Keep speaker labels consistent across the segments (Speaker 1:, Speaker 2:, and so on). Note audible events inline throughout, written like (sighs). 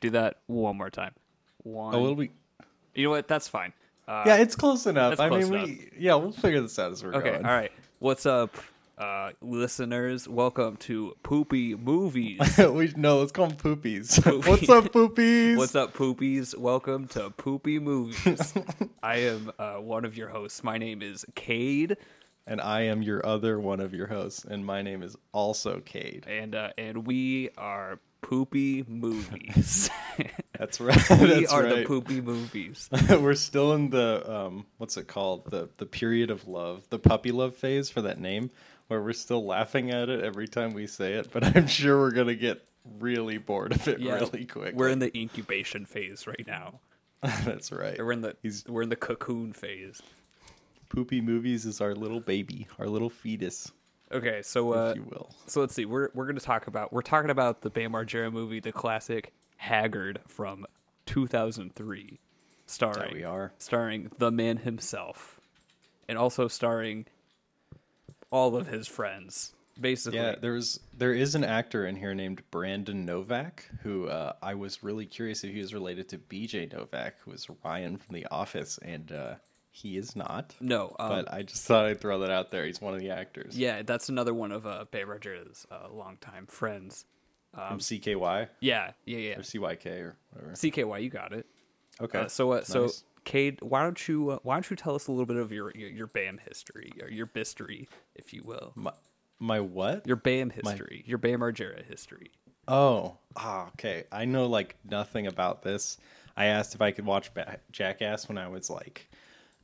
Speaker 1: Do that one more time. One.
Speaker 2: Oh, it'll be.
Speaker 1: you know what? That's fine. Uh,
Speaker 2: Yeah, it's close enough.
Speaker 1: that's
Speaker 2: I
Speaker 1: close
Speaker 2: mean, we yeah, we'll figure this out as we're
Speaker 1: Okay,
Speaker 2: (laughs) going.
Speaker 1: all right. What's up, uh, listeners? Welcome to Poopy Movies.
Speaker 2: (laughs) we no, let's call them poopies. (laughs)
Speaker 1: Poopy.
Speaker 2: What's up, poopies?
Speaker 1: What's up, Poopies? Welcome to Poopy Movies.
Speaker 2: (laughs)
Speaker 1: I am uh, one of your hosts. My name is Cade,
Speaker 2: And I am your other one of your hosts, and my name is also Cade.
Speaker 1: and uh, and we are Poopy
Speaker 2: (laughs)
Speaker 1: Movies. (laughs)
Speaker 2: That's right. (laughs)
Speaker 1: we
Speaker 2: That's
Speaker 1: are the
Speaker 2: right.
Speaker 1: Poopy Movies.
Speaker 2: we're still in the um, what's it called? The the period of love, the puppy love phase for that name, where we're still laughing at it every time we say it. But (laughs) I'm sure we're gonna get really bored of it (laughs) really quick.
Speaker 1: We're in the incubation phase right now.
Speaker 2: (laughs) That's right.
Speaker 1: We're in the
Speaker 2: He's-
Speaker 1: we're in the cocoon phase.
Speaker 2: Poopy movies is our little baby, our little fetus,
Speaker 1: Okay, so
Speaker 2: if
Speaker 1: uh,
Speaker 2: you will.
Speaker 1: so let's see. We're we're gonna talk about we're talking about the Bam Margera movie, the classic Haggard from 2003, starring
Speaker 2: we are.
Speaker 1: starring the man himself, and also starring all of his friends. Basically,
Speaker 2: Yeah, there's there is an actor in here named Brandon Novak who uh, I was really curious if he was related to B.J. Novak, who is Ryan from The Office, and uh, he is not.
Speaker 1: no, um,
Speaker 2: But I just thought I'd throw that out there. He's one of the actors
Speaker 1: yeah, that's another one of uh, Bam Margera's uh, longtime friends.
Speaker 2: from CKY
Speaker 1: Yeah, yeah, yeah.
Speaker 2: or CYK or whatever.
Speaker 1: CKY, you got it.
Speaker 2: Okay.
Speaker 1: Uh, so, uh, so
Speaker 2: Nice.
Speaker 1: Cade, why don't you uh, why don't you tell us a little bit of your your, your BAM history or your bistory, if you will,
Speaker 2: my, my what?
Speaker 1: your BAM history, your BAM Margera history.
Speaker 2: Oh, ah, okay. I know like nothing about this. I asked if I could watch ba- Jackass when I was like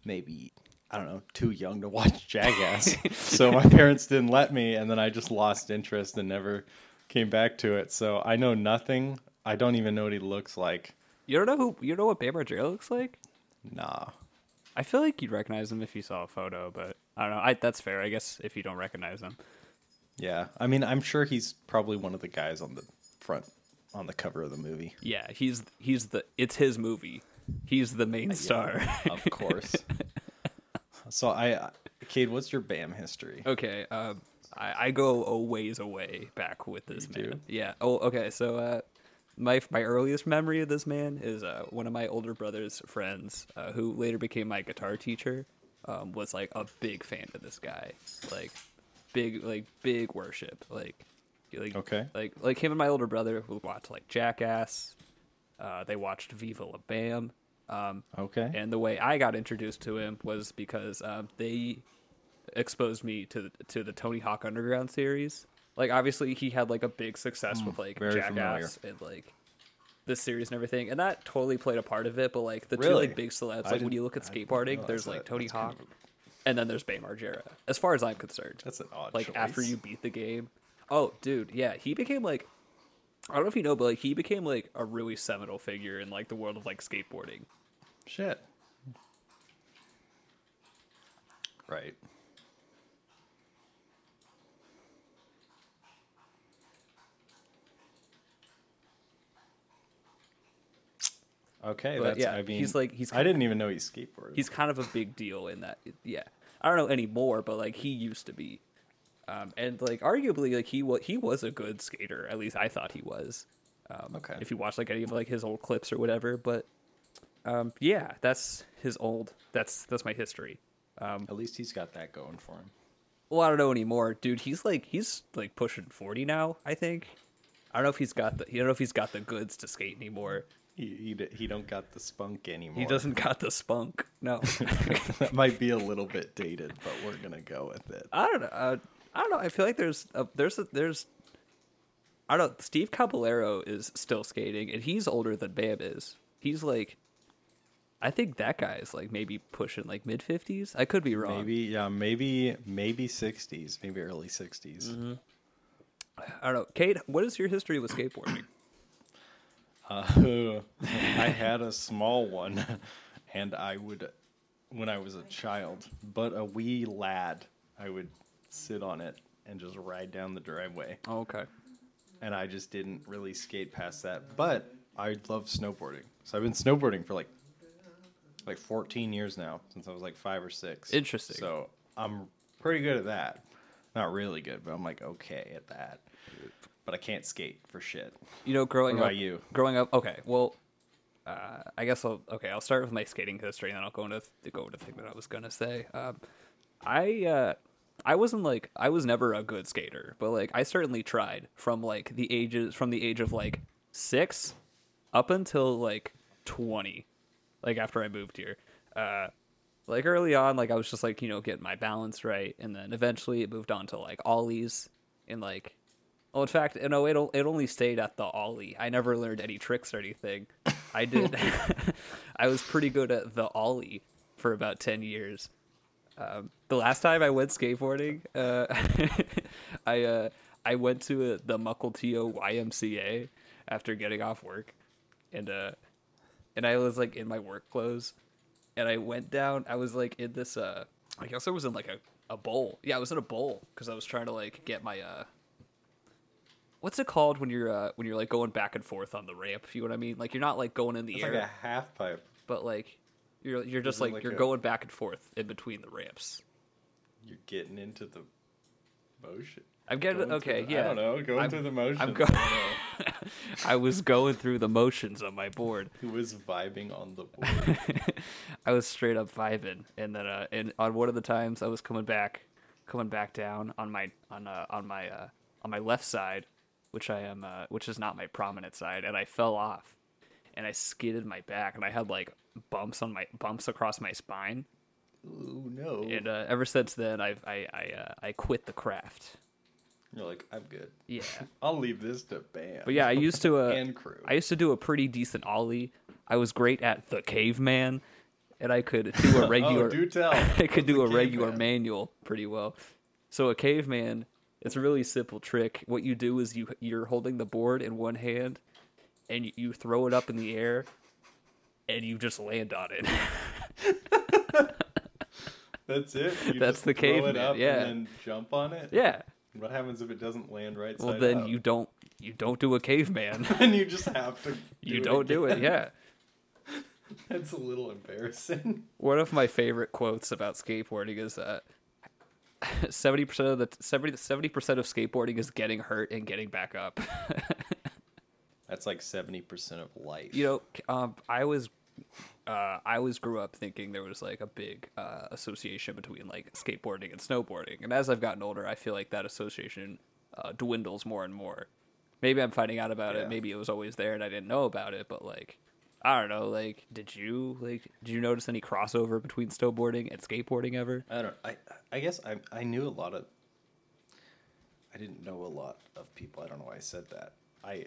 Speaker 2: maybe I don't know, too young to watch (laughs) Jackass. so my parents didn't let me and then I just lost interest and never came back to it. So I know nothing. I don't even know what he looks like.
Speaker 1: You don't know who you know what BAM Margera looks like?
Speaker 2: Nah.
Speaker 1: I feel like you'd recognize him if you saw a photo, but I don't know. I, that's fair, I guess, if you don't recognize him.
Speaker 2: Yeah. I mean, I'm sure he's probably one of the guys on the front on the cover of the movie.
Speaker 1: Yeah, he's he's the it's his movie. He's the main star. (laughs)
Speaker 2: Of (laughs) course. so I Cade, what's your BAM history?
Speaker 1: Okay, um, I, I go a ways away back with this
Speaker 2: You
Speaker 1: man.
Speaker 2: do?
Speaker 1: Yeah. Oh, okay. So, uh, my my earliest memory of this man is uh, one of my older brother's friends, uh, who later became my guitar teacher, um, was like a big fan of this guy, like big like big worship, like like
Speaker 2: Okay.
Speaker 1: like like him and my older brother would watch like Jackass. Uh, they watched Viva La Bam. Um,
Speaker 2: Okay.
Speaker 1: and the way I got introduced to him was because um, they exposed me to to the Tony Hawk Underground series. Like obviously he had like a big success with like
Speaker 2: Mm, very
Speaker 1: Jackass and like this series and everything, and that totally played a part of it. But like the two
Speaker 2: Really?
Speaker 1: like big celebs,
Speaker 2: I
Speaker 1: like when
Speaker 2: didn't-
Speaker 1: you look at
Speaker 2: I didn't
Speaker 1: skateboarding,
Speaker 2: realize
Speaker 1: there's like
Speaker 2: that.
Speaker 1: Tony
Speaker 2: That's
Speaker 1: Hawk,
Speaker 2: kind of
Speaker 1: and then there's Bay Margera. As far as I'm concerned,
Speaker 2: That's an odd
Speaker 1: like after
Speaker 2: choice.
Speaker 1: you beat the game. Oh, dude, yeah, he became like I don't know if you know, but like he became like a really seminal figure in like the world of like skateboarding.
Speaker 2: Shit. Right. Okay,
Speaker 1: But
Speaker 2: that's
Speaker 1: yeah,
Speaker 2: I mean
Speaker 1: he's like- he's
Speaker 2: I didn't even know he skateboarded.
Speaker 1: he's kind of a big deal in that yeah i don't know anymore but like he used to be um and like arguably like he was he was a good skater at least i thought he was um
Speaker 2: Okay.
Speaker 1: if you watch like any of like his old clips or whatever but um yeah that's his old that's that's my history
Speaker 2: At least he's got that going for him.
Speaker 1: well i don't know anymore dude he's like he's like pushing 40 now i think i don't know if he's got the i don't know if he's got the goods to skate anymore
Speaker 2: He he, d- he don't got the spunk anymore.
Speaker 1: he doesn't got the spunk no
Speaker 2: (laughs)
Speaker 1: (laughs)
Speaker 2: that might be a little bit dated, but we're gonna go with
Speaker 1: (laughs)
Speaker 2: it.
Speaker 1: I don't know. Uh, I don't know. I feel like there's a, there's a, there's I don't. Steve Caballero is still skating, and he's older than Bam is. He's like, I think that guy is like maybe pushing like mid fifties. I could be wrong.
Speaker 2: Maybe yeah, maybe maybe sixties, maybe early 60s
Speaker 1: I don't know. Kate, what is your history with skateboarding?
Speaker 2: Uh, I had a small one, (laughs) and I would, when I was a child, but a wee lad, I would sit on it and just ride down the driveway.
Speaker 1: oh, okay.
Speaker 2: And I just didn't really skate past that. But I love snowboarding, so I've been snowboarding for like, like 14 years now, since I was like five or six.
Speaker 1: Interesting.
Speaker 2: So I'm pretty good at that. Not really good, but I'm like okay at that. But but I can't skate for shit.
Speaker 1: You know, growing
Speaker 2: What about
Speaker 1: up,
Speaker 2: you?
Speaker 1: growing up. Okay, well, uh, I guess I'll okay. I'll start with my skating history, and then I'll go into th- go into the thing that I was gonna say. Um, I uh, I wasn't like I was never a good skater, but like I certainly tried from like the ages from the age of like six up until like twenty, like after I moved here. Uh, like early on, like I was just like you know getting my balance right, and then eventually it moved on to like ollies and like Oh, in fact, no, it it only stayed at the ollie. I never learned any tricks or anything. I did. (laughs) I was pretty good at the ollie for about ten years. Um, the last time I went skateboarding, uh, (laughs) I uh, I went to uh the Mukilteo YMCA after getting off work, and uh, and I was like in my work clothes, and I went down. I was like in this. Uh, I guess I was in like a, a bowl. Yeah, I was in a bowl because I was trying to like get my uh what's it called when you're uh, when you're like going back and forth on the ramp? You know what I mean? Like you're not like going in the
Speaker 2: It's
Speaker 1: air,
Speaker 2: like a half pipe.
Speaker 1: but like you're you're just
Speaker 2: it
Speaker 1: like,
Speaker 2: like
Speaker 1: you're
Speaker 2: a-
Speaker 1: going back and forth in between the ramps.
Speaker 2: You're getting into the motion.
Speaker 1: I'm getting
Speaker 2: Going
Speaker 1: okay.
Speaker 2: through the-
Speaker 1: yeah,
Speaker 2: I don't know. Going
Speaker 1: I'm-
Speaker 2: through the motions.
Speaker 1: I'm go- I was going through the motions on my board.
Speaker 2: Who was vibing on
Speaker 1: (laughs)
Speaker 2: the board?
Speaker 1: I was straight up vibing, and then uh, and on one of the times I was coming back, coming back down on my on uh, on my uh, on my left side, which I am uh, which is not my prominent side, and I fell off, and I skidded my back, and I had like bumps on my bumps across my spine,
Speaker 2: Ooh no!
Speaker 1: and uh, ever since then I've I I, uh, I quit the craft.
Speaker 2: You're like, I'm good. (laughs)
Speaker 1: Yeah.
Speaker 2: I'll leave this to Bam.
Speaker 1: But yeah, I used to uh,
Speaker 2: And crew.
Speaker 1: I used to do a pretty decent ollie. I was great at the caveman, and I could do a regular.
Speaker 2: (laughs) Oh, do
Speaker 1: (laughs)
Speaker 2: tell.
Speaker 1: I could do a regular
Speaker 2: caveman?
Speaker 1: manual pretty well. So a caveman, it's a really simple trick. What you do is you you're holding the board in one hand, and you, you throw it up in the air, and you just land on it. (laughs) (laughs)
Speaker 2: That's it. You
Speaker 1: That's
Speaker 2: just
Speaker 1: the
Speaker 2: throw
Speaker 1: caveman,
Speaker 2: It up
Speaker 1: yeah.
Speaker 2: And then jump on it.
Speaker 1: yeah.
Speaker 2: What happens if it doesn't land right
Speaker 1: Well,
Speaker 2: side
Speaker 1: then
Speaker 2: up? (laughs)
Speaker 1: you don't you don't do a caveman.
Speaker 2: and you just have to. Do
Speaker 1: you don't do it. Yeah.
Speaker 2: again. (laughs) That's a little embarrassing.
Speaker 1: One of my favorite quotes about skateboarding is that (laughs) seventy percent of the 70 percent of skateboarding is getting hurt and getting back up.
Speaker 2: That's like seventy percent of life.
Speaker 1: you know, c- um, I was, uh, I always grew up thinking there was like a big uh, association between like skateboarding and snowboarding, and as I've gotten older, I feel like that association uh, dwindles more and more. Maybe I'm finding out about
Speaker 2: Yeah.
Speaker 1: it. Maybe it was always there and I didn't know about it. But like, I don't know. Like, did you like did you notice any crossover between snowboarding and skateboarding ever?
Speaker 2: I don't. I I guess I I knew a lot of. I didn't know a lot of people. I don't know why I said that. I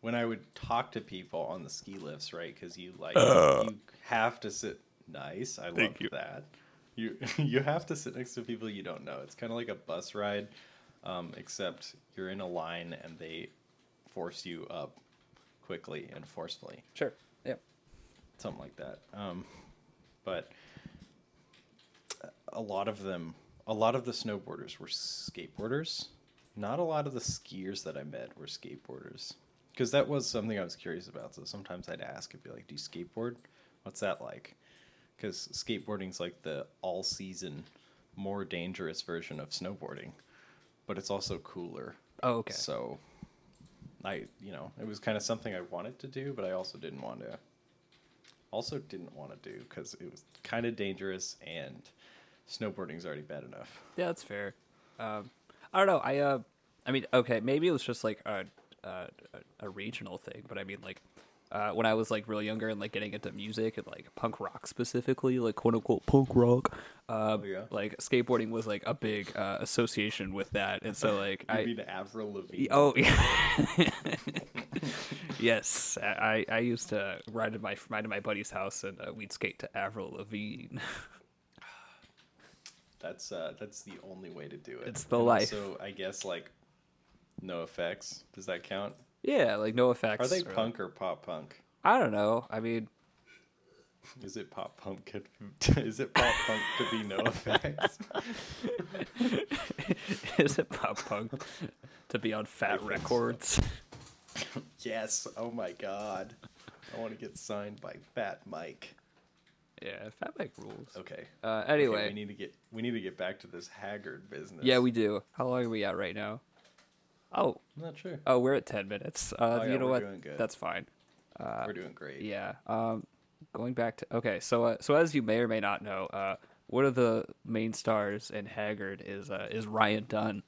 Speaker 2: when I would talk to people on the ski lifts, right? Because you like you have to sit nice. I love
Speaker 1: you.
Speaker 2: that. You (laughs) you have to sit next to people you don't know. It's kind of like a bus ride, um, except you're in a line and they force you up quickly and forcefully
Speaker 1: Sure. Yeah.
Speaker 2: something like that. Um, but a lot of them, a lot of the snowboarders were skateboarders. Not a lot of the skiers that I met were skateboarders, because that was something I was curious about. So sometimes I'd ask, I'd be like, "Do you skateboard? What's that like?" Because skateboarding's like the all-season, more dangerous version of snowboarding, but it's also cooler.
Speaker 1: Oh, okay.
Speaker 2: So, I you know it was kind of something I wanted to do, but I also didn't want to. Also didn't want to do because it was kind of dangerous and snowboarding's already bad enough.
Speaker 1: Yeah, that's fair. Um, I don't know. I uh, I mean, okay, maybe it was just like a a, a regional thing, but I mean, like uh, when I was like really younger and like getting into music and like punk rock specifically, like quote unquote punk rock, uh,
Speaker 2: Oh, yeah.
Speaker 1: like skateboarding was like a big uh, association with that, and so like
Speaker 2: (laughs) You
Speaker 1: I
Speaker 2: mean Avril Lavigne?
Speaker 1: (laughs) Oh yeah. (laughs) yes, I, I I used to ride to my ride to my buddy's house and uh, we'd skate to Avril Lavigne. (laughs)
Speaker 2: That's uh, that's the only way to do it.
Speaker 1: It's the
Speaker 2: And
Speaker 1: life.
Speaker 2: So I guess like, no effects. Does that count?
Speaker 1: yeah, like no effects.
Speaker 2: Are they
Speaker 1: or, like-
Speaker 2: punk or pop punk?
Speaker 1: I don't know. I mean,
Speaker 2: Is it pop punk? could- (laughs) Is it pop punk to be no (laughs) effects?
Speaker 1: (laughs) is it pop punk to be on Fat
Speaker 2: think so.
Speaker 1: Records?
Speaker 2: yes. Oh my god. I want to get signed by Fat Mike.
Speaker 1: Yeah, Fat Mike rules.
Speaker 2: Okay.
Speaker 1: Uh,
Speaker 2: Okay,
Speaker 1: anyway,
Speaker 2: we need to get we need to get back to this haggard business.
Speaker 1: yeah, we do. How long are we at right now? Oh,
Speaker 2: I'm not sure.
Speaker 1: oh, we're at ten minutes. Uh,
Speaker 2: Oh, yeah,
Speaker 1: you know
Speaker 2: we're
Speaker 1: what?
Speaker 2: doing good.
Speaker 1: That's fine.
Speaker 2: We're doing great.
Speaker 1: Yeah. Um, going back to okay, so uh, so as you may or may not know, uh, one of the main stars in Haggard is uh, is Ryan Dunn.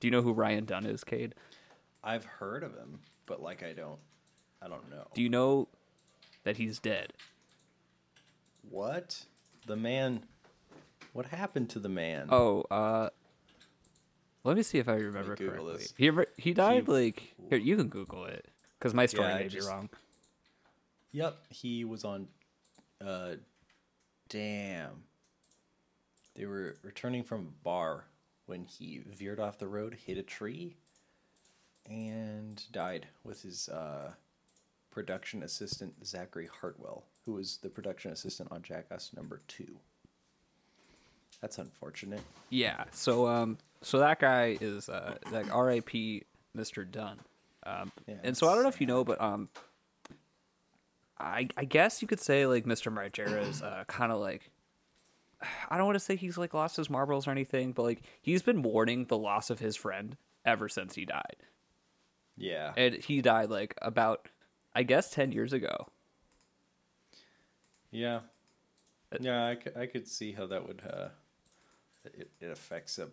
Speaker 1: Do you know who Ryan Dunn is, Cade?
Speaker 2: I've heard of him, but like I don't, I don't know.
Speaker 1: Do you know that he's dead?
Speaker 2: what the man? What happened to the man?
Speaker 1: Oh, uh, let me see if I remember
Speaker 2: Google
Speaker 1: correctly.
Speaker 2: this.
Speaker 1: He ever- he died like here. You can Google it because my story
Speaker 2: Yeah, I
Speaker 1: may
Speaker 2: just-
Speaker 1: be wrong.
Speaker 2: Yep, he was on. Uh, damn. They were returning from a bar when he veered off the road, hit a tree, and died with his uh, production assistant Zachary Hartwell, who was the production assistant on Jackass number two. That's unfortunate.
Speaker 1: Yeah. So um so that guy is uh like R.I.P. Mr. Dunn. Um
Speaker 2: Yeah,
Speaker 1: and so I don't know if you know, but um I I guess you could say like Mr. Margera is uh kinda like I don't want to say he's like lost his marbles or anything, but like he's been mourning the loss of his friend ever since he died.
Speaker 2: Yeah.
Speaker 1: And he died like about I guess ten years ago.
Speaker 2: Yeah.
Speaker 1: Uh,
Speaker 2: Yeah, I could, I could see how that would uh, it, it affects a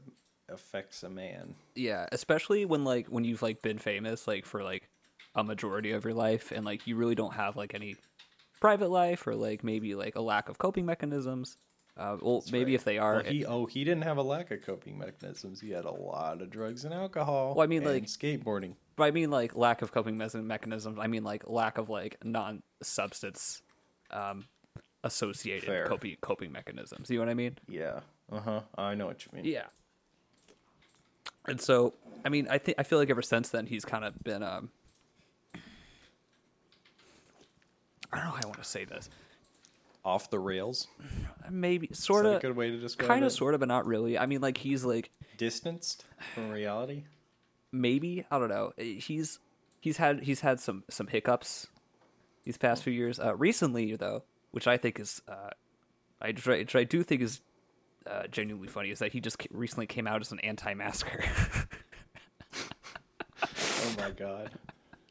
Speaker 2: affects a man.
Speaker 1: Yeah, especially when like when you've like been famous like for like a majority of your life and like you really don't have like any private life or like maybe like a lack of coping mechanisms. Uh, well, maybe
Speaker 2: right.
Speaker 1: if they are,
Speaker 2: Well, he oh he didn't have a lack of coping mechanisms. He had a lot of drugs and alcohol.
Speaker 1: Well, I mean,
Speaker 2: and
Speaker 1: like-
Speaker 2: skateboarding.
Speaker 1: but I mean like lack of coping mes- mechanisms. I mean like lack of like non-substance um, associated
Speaker 2: Fair.
Speaker 1: coping coping mechanisms. You know what I mean?
Speaker 2: Yeah. Uh huh. I know what you mean.
Speaker 1: Yeah. And so, I mean, I think I feel like ever since then he's kind of been um I don't know how I want to say this.
Speaker 2: Off the rails. Is
Speaker 1: Maybe
Speaker 2: that
Speaker 1: sort
Speaker 2: a good
Speaker 1: of
Speaker 2: way to describe
Speaker 1: kind
Speaker 2: it?
Speaker 1: of sort of but not really. I mean, like he's like
Speaker 2: Distanced from reality.
Speaker 1: maybe, I don't know. eh, He's he's had he's had some some hiccups these past few years. Uh recently though, which I think is uh I which I, which I do think is uh, genuinely funny is that he just ca- recently came out as an anti-masker. (laughs)
Speaker 2: Oh my god.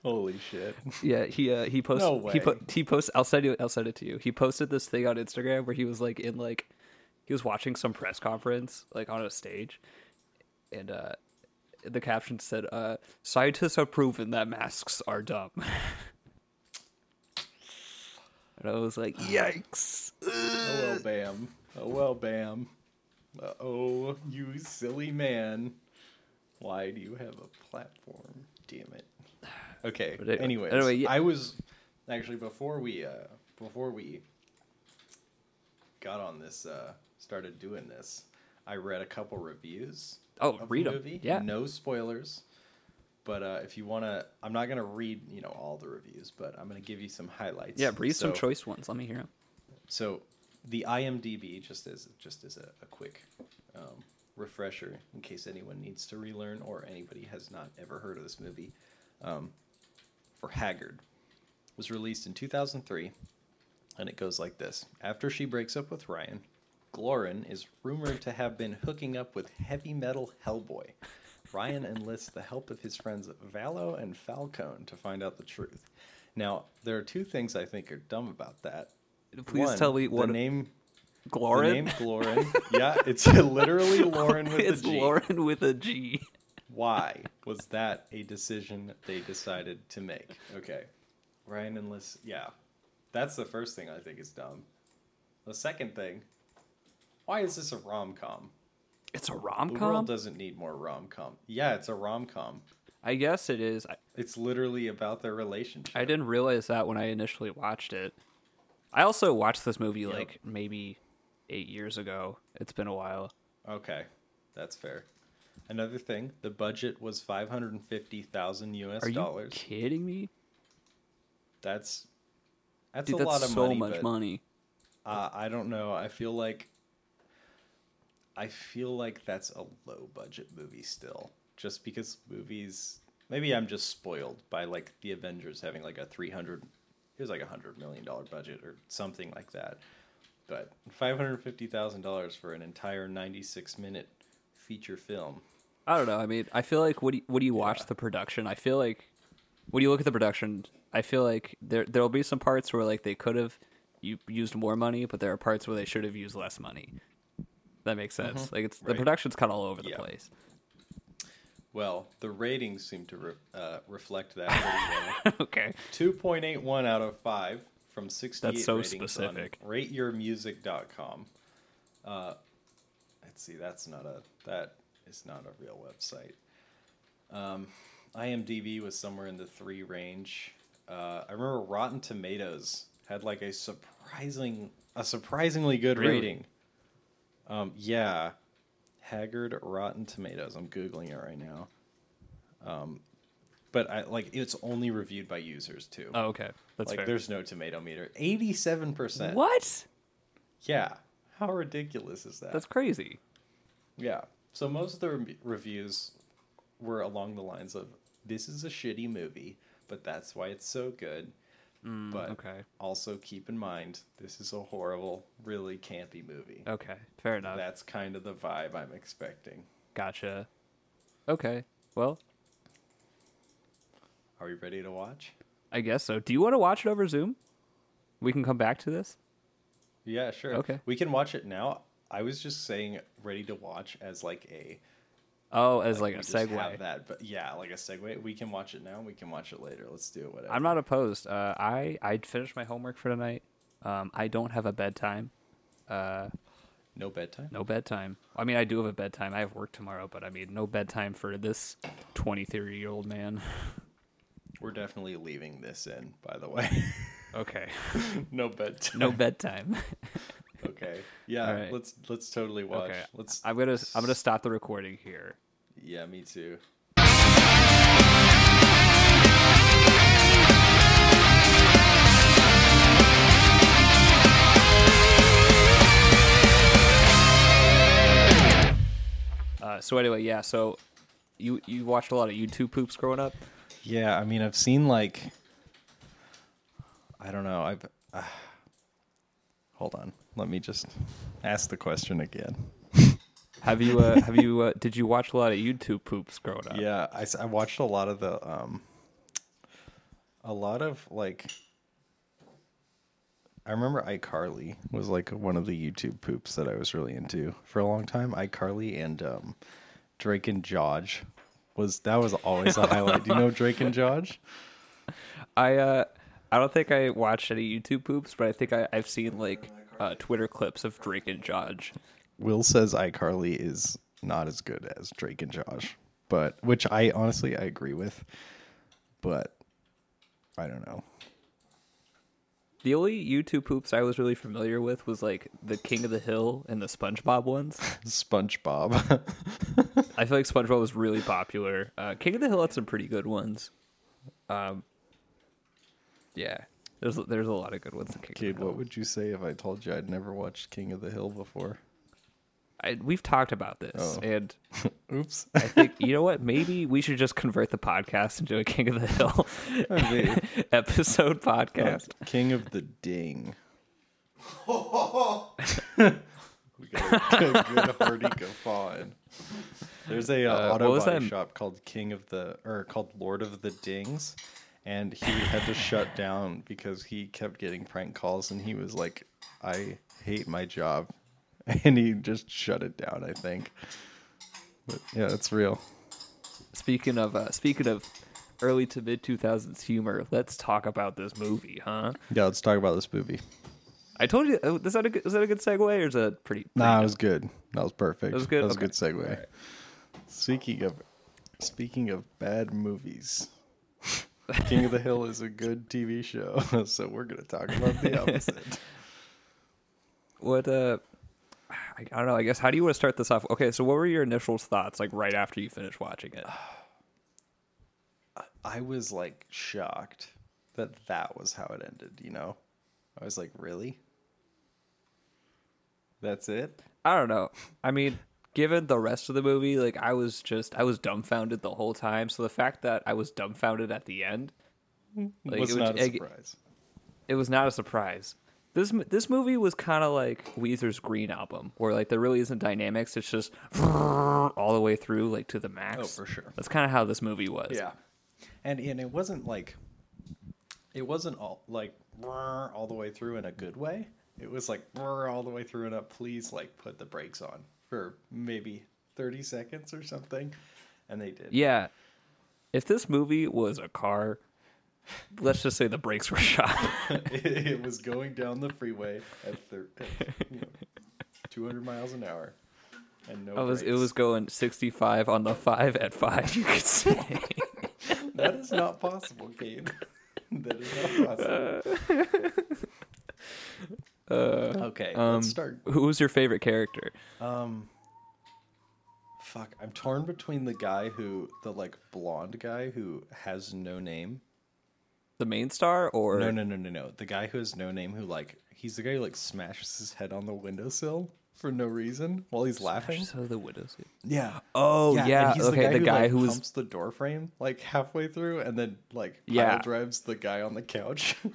Speaker 2: Holy shit.
Speaker 1: Yeah, he uh, he posted
Speaker 2: No
Speaker 1: he po-
Speaker 2: way.
Speaker 1: he post I'll send you I'll send it to you. He posted this thing on Instagram where he was like in like he was watching some press conference like on a stage and uh the caption said uh scientists have proven that masks are dumb. (laughs) and I was like, "Yikes."
Speaker 2: Oh well, bam. Oh well, bam. Uh oh, you silly man. Why do you have a platform? Damn it. Okay.
Speaker 1: But anyway-
Speaker 2: anyways,
Speaker 1: anyway, yeah.
Speaker 2: I was actually before we uh before we got on this uh started doing this, I read a couple reviews.
Speaker 1: Oh,
Speaker 2: of the
Speaker 1: read 'em.
Speaker 2: movie.
Speaker 1: Yeah.
Speaker 2: No spoilers. But uh, if you want to, I'm not gonna read you know all the reviews, but I'm gonna give you some highlights.
Speaker 1: Yeah, breathe some
Speaker 2: So-
Speaker 1: choice ones. Let me hear them.
Speaker 2: so the IMDb just as just as a, a quick um, refresher in case anyone needs to relearn or anybody has not ever heard of this movie um, for Haggard was released in 2003 and it goes like this after she breaks up with Ryan Glorin is rumored to have been hooking up with heavy metal Hellboy Ryan enlists the help of his friends Vallo and Falcone to find out the truth now there are two things I think are dumb about that
Speaker 1: Please tell me what
Speaker 2: the name
Speaker 1: Glorin.
Speaker 2: the
Speaker 1: (laughs)
Speaker 2: name Glorin. yeah, it's literally Lauren with
Speaker 1: it's
Speaker 2: a G.
Speaker 1: Lauren with a G.
Speaker 2: Why was that a decision they decided to make? Okay. Ryan and Liz, yeah. That's the first thing I think is dumb. The second thing, why is this a rom com?
Speaker 1: It's a
Speaker 2: The world
Speaker 1: rom-com.
Speaker 2: doesn't need more rom com. Yeah, it's a rom com.
Speaker 1: I guess it is. I-
Speaker 2: It's literally about their relationship.
Speaker 1: I didn't realize that when I initially watched it. I also watched this movie like maybe eight years ago. It's been a while.
Speaker 2: Okay, that's fair. Another thing, the budget was 550,000 US
Speaker 1: Are you
Speaker 2: dollars.
Speaker 1: kidding me?
Speaker 2: That's that's
Speaker 1: Dude,
Speaker 2: a
Speaker 1: that's
Speaker 2: lot of
Speaker 1: so
Speaker 2: money.
Speaker 1: much
Speaker 2: but,
Speaker 1: money.
Speaker 2: Uh, I don't know. I feel like I feel like that's a low budget movie still, just because movies. Maybe I'm just spoiled by like the Avengers having like a 300. It was like a hundred million dollar budget or something like that. But five hundred fifty thousand dollars for an entire ninety six minute feature film.
Speaker 1: I don't know. I mean, I feel like what do you, what do you watch the production? I feel like when you look at the production, I feel like there there'll be some parts where like they could have you used more money, but there are parts where they should have used less money. That makes sense. Like it's the
Speaker 2: Mm-hmm. Right.
Speaker 1: production's kind of all over the
Speaker 2: Yeah.
Speaker 1: place. (laughs)
Speaker 2: Well, the ratings seem to re- uh, reflect that. pretty well.
Speaker 1: okay.
Speaker 2: 2.81 out of 5 from 68
Speaker 1: That's so
Speaker 2: ratings
Speaker 1: specific.
Speaker 2: on rateyourmusic.com. Uh, let's see, that's not a that is not a real website. Um, IMDb was somewhere in the 3 range. Uh, I remember Rotten Tomatoes had like a surprising a surprisingly good
Speaker 1: Really?
Speaker 2: rating. Um, yeah. Haggard Rotten Tomatoes. I'm googling it right now. Um, but I like it's only reviewed by users too.
Speaker 1: Oh, okay. That's
Speaker 2: like
Speaker 1: fair.
Speaker 2: there's no tomato meter. 87%.
Speaker 1: What?
Speaker 2: Yeah. How ridiculous is that?
Speaker 1: That's crazy.
Speaker 2: Yeah. So most of the re- reviews were along the lines of this is a shitty movie, but that's why it's so good. but
Speaker 1: Mm, okay.
Speaker 2: also keep in mind this is a horrible, really campy movie.
Speaker 1: Okay. Fair enough.
Speaker 2: That's kind of the vibe I'm expecting.
Speaker 1: Gotcha. Okay. Well,
Speaker 2: Are you ready to watch?
Speaker 1: I guess so. Do you want to watch it over Zoom? We can come back to this.
Speaker 2: Yeah, sure.
Speaker 1: Okay.
Speaker 2: We can watch it now. I was just saying ready to watch as like a
Speaker 1: Oh, as like,
Speaker 2: we
Speaker 1: a
Speaker 2: just have
Speaker 1: segue.
Speaker 2: that, but yeah, like a segue. We can watch it now. We can watch it later. Let's do it. Whatever.
Speaker 1: I'm not opposed. Uh, I I finished my homework for tonight. Um, I don't have a bedtime.
Speaker 2: no bedtime.
Speaker 1: No bedtime. I mean, I do have a bedtime. I have work tomorrow, but I mean, no bedtime for this 23 year old man.
Speaker 2: We're definitely leaving this in. By the way, (laughs)
Speaker 1: Okay.
Speaker 2: no
Speaker 1: (laughs)
Speaker 2: bedtime.
Speaker 1: No
Speaker 2: (laughs)
Speaker 1: bedtime.
Speaker 2: Okay. Yeah.
Speaker 1: All right.
Speaker 2: Let's let's totally
Speaker 1: (laughs)
Speaker 2: watch.
Speaker 1: okay.
Speaker 2: Let's.
Speaker 1: I'm gonna I'm gonna stop the recording here.
Speaker 2: Yeah. Me too.
Speaker 1: Uh, so anyway, yeah. So you you watched a lot of YouTube poops growing up.
Speaker 2: Yeah, I mean, I've seen like, I don't know. I've (sighs) uh, hold on. Let me just ask the question again.
Speaker 1: Have you uh, have you uh, did you watch a lot of YouTube poops growing up?
Speaker 2: Yeah, I, s- I watched a lot of the um, a lot of like. I remember iCarly was like one of the YouTube poops that I was really into for a long time. iCarly and um, Drake and Josh was that was always a highlight. Do you know Drake and Josh?
Speaker 1: I uh, I don't think I watched any YouTube poops, but I think I, I've seen like uh, Twitter clips of Drake and Judge.
Speaker 2: Will says iCarly is not as good as Drake and Josh, but which I honestly I agree with, but I don't know.
Speaker 1: The only YouTube poops I was really familiar with was like the King of the Hill and the SpongeBob ones.
Speaker 2: SpongeBob. (laughs)
Speaker 1: I feel like SpongeBob was really popular. Uh, King of the Hill had some pretty good ones. Um, yeah, there's there's a lot of good ones in King of
Speaker 2: Kid,
Speaker 1: the Hill.
Speaker 2: what would you say if I told you I'd never watched King of the Hill before?
Speaker 1: I, we've talked about this,
Speaker 2: Oh.
Speaker 1: and
Speaker 2: Oops.
Speaker 1: I think you know what? Maybe we should just convert the podcast into a King of the (laughs) Hill (laughs) episode podcast.
Speaker 2: King of the Ding. we got a good, good hearty guffaw in. There's a uh,
Speaker 1: Uh,
Speaker 2: auto
Speaker 1: what was
Speaker 2: body
Speaker 1: that-
Speaker 2: shop called King of the or called Lord of the Dings, and he had to shut down because he kept getting prank calls, and he was like, "I hate my job," (laughs) and he just shut it down. I think. But yeah, it's real.
Speaker 1: Speaking of uh, speaking of early to mid 2000s humor, let's talk about this movie, huh?
Speaker 2: Yeah, let's talk about this movie.
Speaker 1: I told you, uh, is that a good, is that a good segue or is that pretty?
Speaker 2: Nah, it was good. That was perfect. That
Speaker 1: was good?
Speaker 2: That was
Speaker 1: Okay.
Speaker 2: a good segue. Speaking of speaking of bad movies, (laughs) King of the Hill is a good TV show, (laughs) so we're gonna talk about
Speaker 1: (laughs)
Speaker 2: the opposite.
Speaker 1: What? Uh, I, I don't know. I guess how do you want to start this off? Okay, so what were your initial thoughts like right after you finished watching it?
Speaker 2: I was like shocked that that was how it ended. You know, I was like, really? That's it?
Speaker 1: I don't know. I mean, given the rest of the movie, like I was just I was dumbfounded the whole time. So the fact that I was dumbfounded at the end, like,
Speaker 2: was
Speaker 1: it,
Speaker 2: not a
Speaker 1: it-
Speaker 2: surprise.
Speaker 1: it was not a surprise. This m- this movie was kind of like Weezer's Green album, where like there really isn't dynamics. It's just (laughs) all the way through, like to the max.
Speaker 2: Oh, for sure.
Speaker 1: That's kind of how this movie was.
Speaker 2: Yeah, and and it wasn't like it wasn't all like brrr, all the way through in a good way. It was like brrr, all the way through in a please like put the brakes on for maybe thirty seconds or something, and they did.
Speaker 1: Yeah. If this movie was a car, let's just say the brakes were (laughs) shot.
Speaker 2: (laughs) it, it was going down the freeway at, thir- at you know, 200 miles an hour, and no.
Speaker 1: I was it
Speaker 2: brakes.
Speaker 1: was going 65 on the 5 at 5 you could say.
Speaker 2: That is not possible,
Speaker 1: (laughs)
Speaker 2: Kate. that is not possible.
Speaker 1: Uh,
Speaker 2: okay,
Speaker 1: um,
Speaker 2: let's start.
Speaker 1: Who was your favorite character?
Speaker 2: Fuck, I'm torn between the guy who, the like blonde guy who has no name.
Speaker 1: The main star or
Speaker 2: No, no, no, no, no. The guy who has no name who like he's the guy who like smashes his head on the windowsill for no reason while he's laughing.
Speaker 1: So the widow's.
Speaker 2: Yeah.
Speaker 1: Oh yeah,
Speaker 2: and he's
Speaker 1: okay, the guy,
Speaker 2: who,
Speaker 1: who
Speaker 2: like,
Speaker 1: was
Speaker 2: pumps the door frame like halfway through and then like pile
Speaker 1: Yeah.
Speaker 2: drives the guy on the couch.
Speaker 1: (laughs)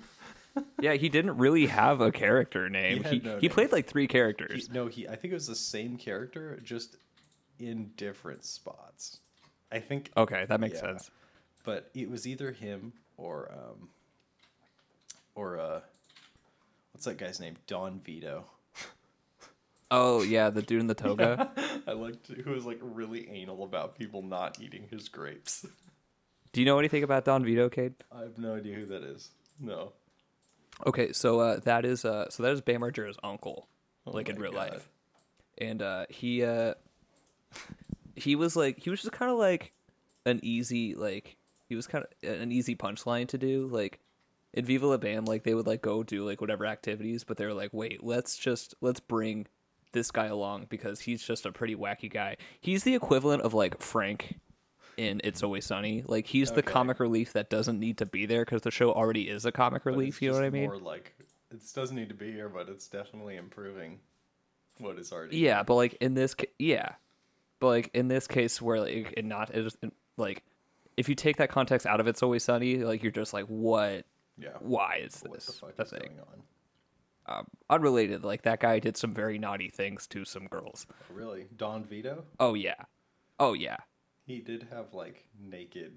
Speaker 2: (laughs)
Speaker 1: Yeah, he didn't really have a character name. He
Speaker 2: He had
Speaker 1: he,
Speaker 2: no name.
Speaker 1: played like three characters.
Speaker 2: no, he I think it was the same character, just in different spots. I think
Speaker 1: Okay, that makes
Speaker 2: Yeah.
Speaker 1: sense.
Speaker 2: but it was either him or um or uh what's that guy's name? Don Vito.
Speaker 1: Oh yeah, the dude in the toga.
Speaker 2: (laughs) (laughs) I liked who was like really anal about people not eating his grapes. (laughs)
Speaker 1: Do you know anything about Don Vito, Cade?
Speaker 2: I have no idea who that is. No.
Speaker 1: Okay, so uh, that is uh, so that is Bam Margera's uncle, like in
Speaker 2: Oh my
Speaker 1: real
Speaker 2: God.
Speaker 1: life, and uh, he uh, he was like he was just kind of like an easy like he was kind of an easy punchline to do like in Viva La Bam like they would like go do like whatever activities, but they were like wait let's just let's bring this guy along because he's just a pretty wacky guy. He's the equivalent of like Frank in It's Always Sunny. Like he's the
Speaker 2: Okay.
Speaker 1: comic relief that doesn't need to be there because the show already is a comic
Speaker 2: But
Speaker 1: relief.
Speaker 2: it's
Speaker 1: You know
Speaker 2: just
Speaker 1: what I mean?
Speaker 2: More like it doesn't need to be here, but it's definitely improving what is already.
Speaker 1: Yeah, but like in this, ca- yeah, but like in this case where like it not it is like if you take that context out of it's always sunny, like you're just like what?
Speaker 2: Yeah.
Speaker 1: Why is
Speaker 2: What the
Speaker 1: this
Speaker 2: fuck
Speaker 1: a
Speaker 2: is
Speaker 1: thing?
Speaker 2: going on?
Speaker 1: Unrelated, like that guy did some very naughty things to some girls.
Speaker 2: Oh, Really, Don Vito?
Speaker 1: Oh yeah, oh yeah,
Speaker 2: He did have like naked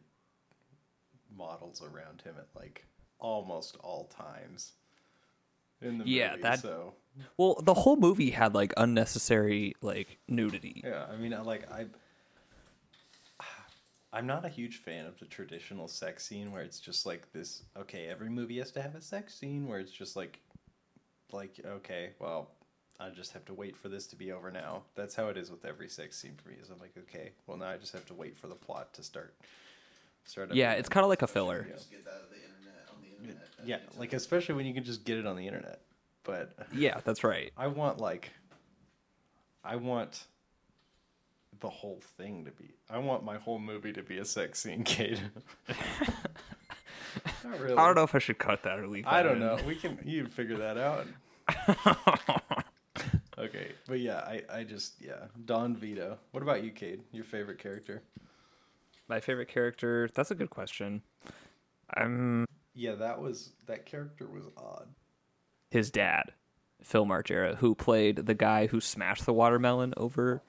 Speaker 2: models around him at like almost all times in the
Speaker 1: Yeah,
Speaker 2: movie.
Speaker 1: that-
Speaker 2: So
Speaker 1: Well, the whole movie had like unnecessary like nudity.
Speaker 2: yeah, I mean, I like I. (sighs) I'm not a huge fan of the traditional sex scene where it's just like this. Okay, every movie has to have a sex scene where it's just like, like okay, well, I just have to wait for this to be over now. That's how it is with every sex scene for me. Is I'm like, okay, well now I just have to wait for the plot to start. Start. up
Speaker 1: Yeah,
Speaker 2: again.
Speaker 1: it's kind of like a filler.
Speaker 3: Just get that of the internet on the internet.
Speaker 2: Yeah, like especially when you can just get it on the internet. But
Speaker 1: Yeah, that's right.
Speaker 2: I want like I want the whole thing to be I want my whole movie to be a sex scene, Kate. (laughs) Not really.
Speaker 1: I don't know if I should cut that or leave. that
Speaker 2: I don't
Speaker 1: in.
Speaker 2: know. We can you can figure
Speaker 1: (laughs)
Speaker 2: that out. okay. But yeah, I, I just yeah. Don Vito. What about you, Cade? Your favorite character?
Speaker 1: My favorite character. That's a good question.
Speaker 2: Yeah, that was that character was odd.
Speaker 1: his dad, Phil Margera, who played the guy who smashed the watermelon over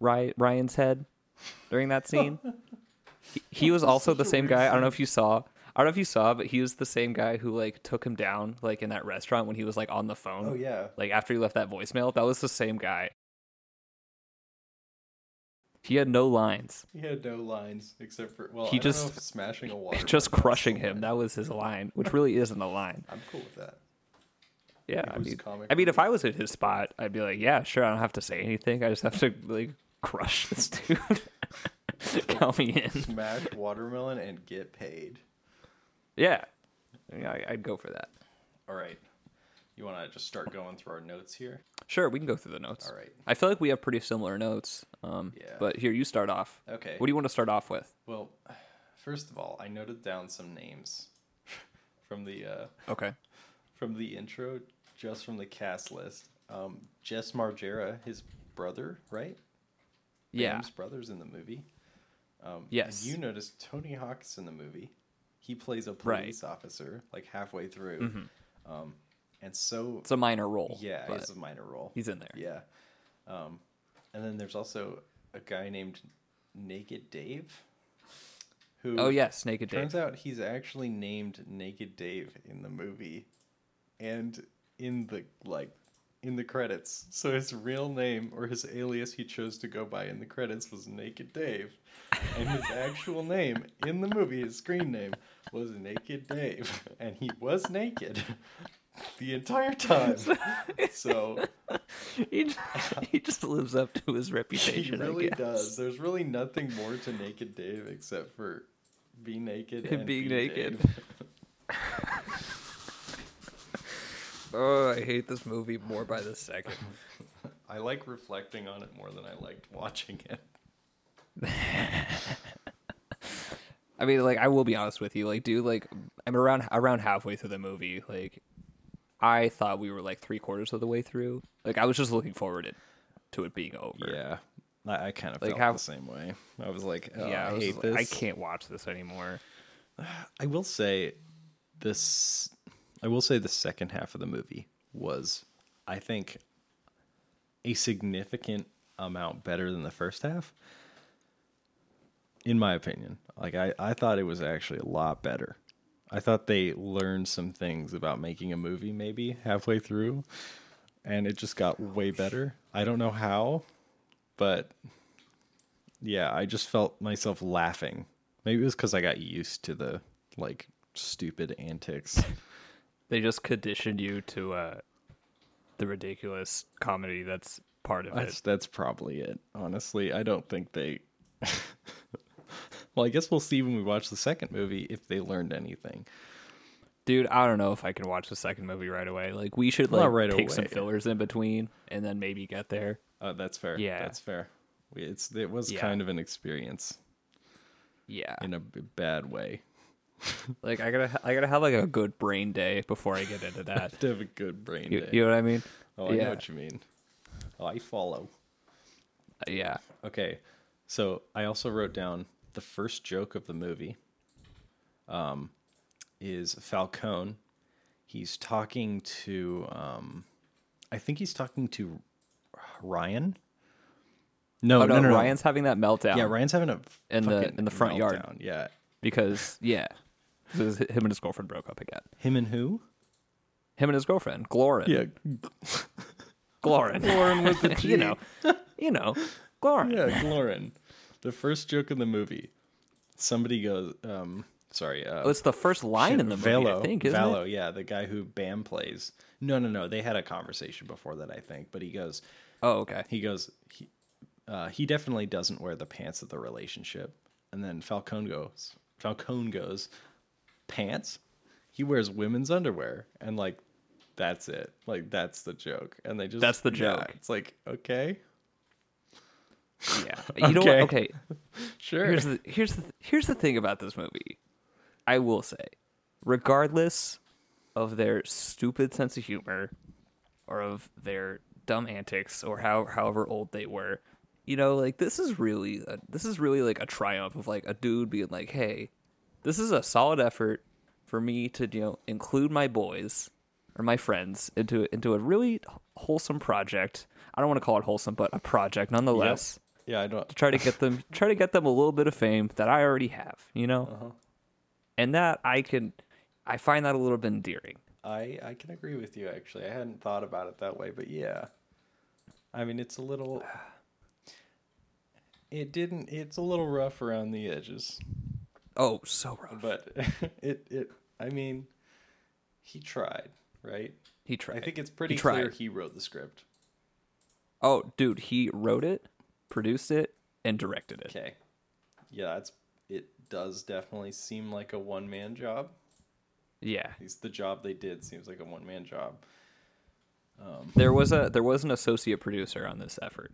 Speaker 1: Ry- Ryan's head during that scene. he, he was also the same guy. I don't know if you saw. I don't know if you saw, but he was the same guy who like took him down like in that restaurant when he was like on the phone.
Speaker 2: Oh yeah.
Speaker 1: Like after he left that voicemail, that was the same guy. He had no lines. (laughs)
Speaker 2: He had no lines except for well,
Speaker 1: He
Speaker 2: I don't know
Speaker 1: just-
Speaker 2: if
Speaker 1: (laughs)
Speaker 2: smashing a water.
Speaker 1: Just crushing him. That was his line, which really isn't a line.
Speaker 2: I'm cool with that.
Speaker 1: Yeah,
Speaker 2: It
Speaker 1: I
Speaker 2: was
Speaker 1: mean,
Speaker 2: comic
Speaker 1: I mean, if I was in his spot, I'd be like, yeah, sure, I don't have to say anything. I just have to like crush this dude. (laughs) Count me in.
Speaker 2: Smash (laughs) watermelon and get paid.
Speaker 1: Yeah, I mean, I, I'd go for that.
Speaker 2: All right. You want to just start going through our notes here?
Speaker 1: Sure, we can go through the notes.
Speaker 2: All right.
Speaker 1: I feel like we have pretty similar notes. Um,
Speaker 2: Yeah.
Speaker 1: But here, you start off.
Speaker 2: Okay.
Speaker 1: What do you want to start off with?
Speaker 2: Well, first of all, I noted down some names (laughs) from the uh,
Speaker 1: Okay.
Speaker 2: from the intro, just from the cast list. Um, Jess Margera, his brother, right?
Speaker 1: Yeah.
Speaker 2: Bam's brother's in the movie. Um,
Speaker 1: Yes.
Speaker 2: You noticed Tony Hawk's in the movie. He plays a
Speaker 1: Right.
Speaker 2: police officer like halfway through. Um, and so
Speaker 1: It's a minor role.
Speaker 2: yeah,
Speaker 1: but
Speaker 2: it's a minor role.
Speaker 1: he's in there.
Speaker 2: Yeah. Um, and then there's also a guy named Naked Dave. Who
Speaker 1: Oh yes, Naked
Speaker 2: turns
Speaker 1: Dave.
Speaker 2: out he's actually named Naked Dave in the movie, and in the like, in the credits. So his real name or his alias he chose to go by in the credits was Naked Dave, and his actual name in the movie, his screen name was Naked Dave, and he was naked. (laughs) The
Speaker 1: (laughs)
Speaker 2: entire time. So
Speaker 1: (laughs) He just, he just lives up to his
Speaker 2: (laughs) He
Speaker 1: reputation. I
Speaker 2: really
Speaker 1: guess.
Speaker 2: does. There's really nothing more to Naked Dave except for be naked
Speaker 1: And (laughs)
Speaker 2: and
Speaker 1: being
Speaker 2: be
Speaker 1: naked.
Speaker 2: Dave.
Speaker 1: Oh, I hate this movie more by the second.
Speaker 2: I like reflecting on it more than I liked watching it.
Speaker 1: I mean, like, I will be honest with you. Like, dude, like, I'm around around halfway through the movie. Like, I thought we were like three quarters of the way through. Like, I was just looking forward it, to it being over.
Speaker 2: Yeah, I, I kind of
Speaker 1: Like
Speaker 2: felt
Speaker 1: how-
Speaker 2: the same way. I was like, oh,
Speaker 1: Yeah,
Speaker 2: I,
Speaker 1: was
Speaker 2: hate
Speaker 1: just
Speaker 2: this.
Speaker 1: like, I can't watch this anymore.
Speaker 2: I will say this. I will say the second half of the movie was, I think, a significant amount better than the first half. In my opinion, like I, I thought it was actually a lot better. I thought they learned some things about making a movie maybe halfway through, and it just got way better. I don't know how, but yeah, I just felt myself laughing. Maybe it was because I got used to the like stupid
Speaker 1: (laughs)
Speaker 2: antics.
Speaker 1: They just conditioned you to uh, the ridiculous comedy that's part of
Speaker 2: that's
Speaker 1: it.
Speaker 2: that's probably it. Honestly, I don't think they. (laughs) well, I guess we'll see when we watch the second movie if they learned anything.
Speaker 1: Dude, I don't know if I can watch the second movie right away. Like, we should
Speaker 2: Not
Speaker 1: like
Speaker 2: right
Speaker 1: take some
Speaker 2: away.
Speaker 1: fillers in between and then maybe get there.
Speaker 2: Uh, that's fair.
Speaker 1: Yeah.
Speaker 2: that's fair. We- It's it was
Speaker 1: Yeah.
Speaker 2: kind of an experience
Speaker 1: Yeah,
Speaker 2: in a b- bad way. (laughs)
Speaker 1: like I gotta I gotta have like a good brain day before I get into that.
Speaker 2: To have a good brain
Speaker 1: You,
Speaker 2: day.
Speaker 1: you know what I mean?
Speaker 2: oh, I
Speaker 1: yeah.
Speaker 2: know what you mean. Oh, I follow.
Speaker 1: yeah.
Speaker 2: Okay. So I also wrote down the first joke of the movie um, is Falcone. He's talking to, um, I think he's talking to Ryan. No,
Speaker 1: Oh, no,
Speaker 2: no, no, no.
Speaker 1: Ryan's having that meltdown.
Speaker 2: Yeah, Ryan's having a
Speaker 1: In the-
Speaker 2: fucking
Speaker 1: in the front yard.
Speaker 2: meltdown. Yeah,
Speaker 1: Because yeah, because him and his girlfriend broke up again.
Speaker 2: him and who?
Speaker 1: Him and his girlfriend, Glorin.
Speaker 2: (laughs) Yeah,
Speaker 1: Glorin. Glorin with (laughs) the you know, you know, Glorin.
Speaker 2: yeah, Glorin. the first joke in the movie. Somebody goes, um, sorry. Uh,
Speaker 1: Oh, it's the first line in the movie,
Speaker 2: Valo,
Speaker 1: I think, isn't
Speaker 2: Valo,
Speaker 1: it?
Speaker 2: yeah, the guy who Bam plays. No, no, no. They had a conversation before that, I think. But he goes,
Speaker 1: Oh, okay.
Speaker 2: he goes, he, uh, he definitely doesn't wear the pants of the relationship. And then Falcone goes, Falcone goes, pants. He wears women's underwear, and like, that's it. Like that's the joke. And they just
Speaker 1: That's the
Speaker 2: yeah,
Speaker 1: joke.
Speaker 2: it's like okay,
Speaker 1: Yeah. You know what?
Speaker 2: Okay.
Speaker 1: Okay.
Speaker 2: sure.
Speaker 1: Here's the here's the here's the thing about this movie. I will say, regardless of their stupid sense of humor or of their dumb antics or how however old they were, you know, like this is really a, this is really like a triumph of like a dude being like, "Hey, this is a solid effort for me to, you know, include my boys or my friends into into a really wholesome project. I don't want to call it wholesome, but a project nonetheless."
Speaker 2: yeah, I don't.
Speaker 1: try to (laughs) get them try to get them a little bit of fame that I already have, you know? And that I can I find that a little bit endearing.
Speaker 2: I I can agree with you actually. I hadn't thought about it that way, but yeah. I mean, it's a little (sighs) it didn't it's a little rough around the edges,
Speaker 1: Oh, so rough.
Speaker 2: but (laughs) it it I mean, he tried, right?
Speaker 1: He tried.
Speaker 2: I think it's pretty
Speaker 1: tried.
Speaker 2: clear he wrote the script.
Speaker 1: oh, dude, he wrote it, produced it, and directed it.
Speaker 2: Okay. Yeah, that's it does definitely seem like a one-man job.
Speaker 1: Yeah.
Speaker 2: At least the job they did seems like a one-man job.
Speaker 1: There was a there was an associate producer on this effort.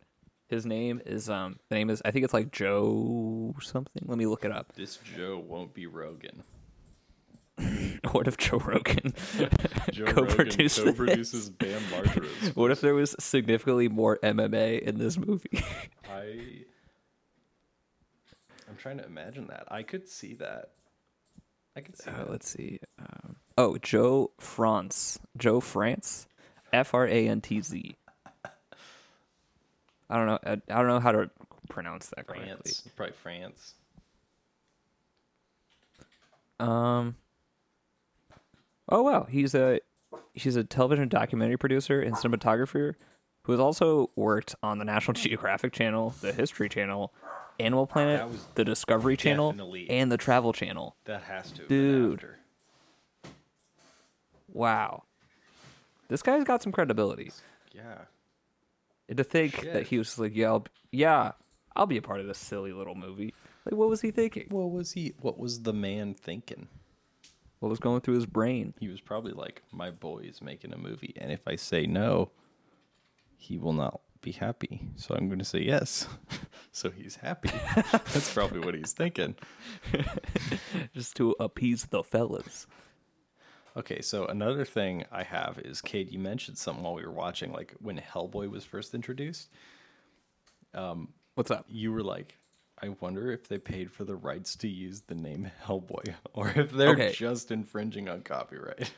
Speaker 1: His name is um the name is I think it's like Joe something. Let me look it up. (laughs)
Speaker 2: This Joe won't be Rogan.
Speaker 1: What if Joe Rogan
Speaker 2: (laughs) Joe
Speaker 1: (laughs) co-produced
Speaker 2: Rogan
Speaker 1: this?
Speaker 2: co-produces Bam
Speaker 1: (laughs)
Speaker 2: Margera's
Speaker 1: What if there was significantly more MMA in this movie?
Speaker 2: I I'm trying to imagine that. I could see that. I could see
Speaker 1: Uh,
Speaker 2: that.
Speaker 1: let's see. Um, Oh, Joe France. Joe France. F R A N T Z. I don't know. I, I don't know how to pronounce that correctly.
Speaker 2: France, probably France.
Speaker 1: Um. Oh wow, he's a he's a television documentary producer and cinematographer who has also worked on the National Geographic Channel, the History Channel, Animal Planet,
Speaker 2: That was
Speaker 1: the Discovery Channel,
Speaker 2: definitely-
Speaker 1: and the Travel Channel.
Speaker 2: That has to. have been
Speaker 1: Dude.
Speaker 2: after.
Speaker 1: Wow, this guy's got some credibility.
Speaker 2: Yeah.
Speaker 1: And to think that
Speaker 2: Shit.
Speaker 1: he was just like, yeah, I'll, b- yeah, I'll be a part of this silly little movie. Like, what was he thinking?
Speaker 2: What was he? What was the man thinking?
Speaker 1: What was going through his (laughs) brain?
Speaker 2: He was probably like, "My boy is making a movie, and if I say no, he will not be happy. So I'm going to say yes." (laughs) so he's happy. That's probably what he's thinking.
Speaker 1: Just to appease the fellas.
Speaker 2: Okay, so another thing I have is, Cade, you mentioned something while we were watching, like when Hellboy was first introduced.
Speaker 1: What's up?
Speaker 2: you were like, I wonder if they paid for the rights to use the name Hellboy (laughs) or if they're
Speaker 1: Okay.
Speaker 2: just infringing on copyright.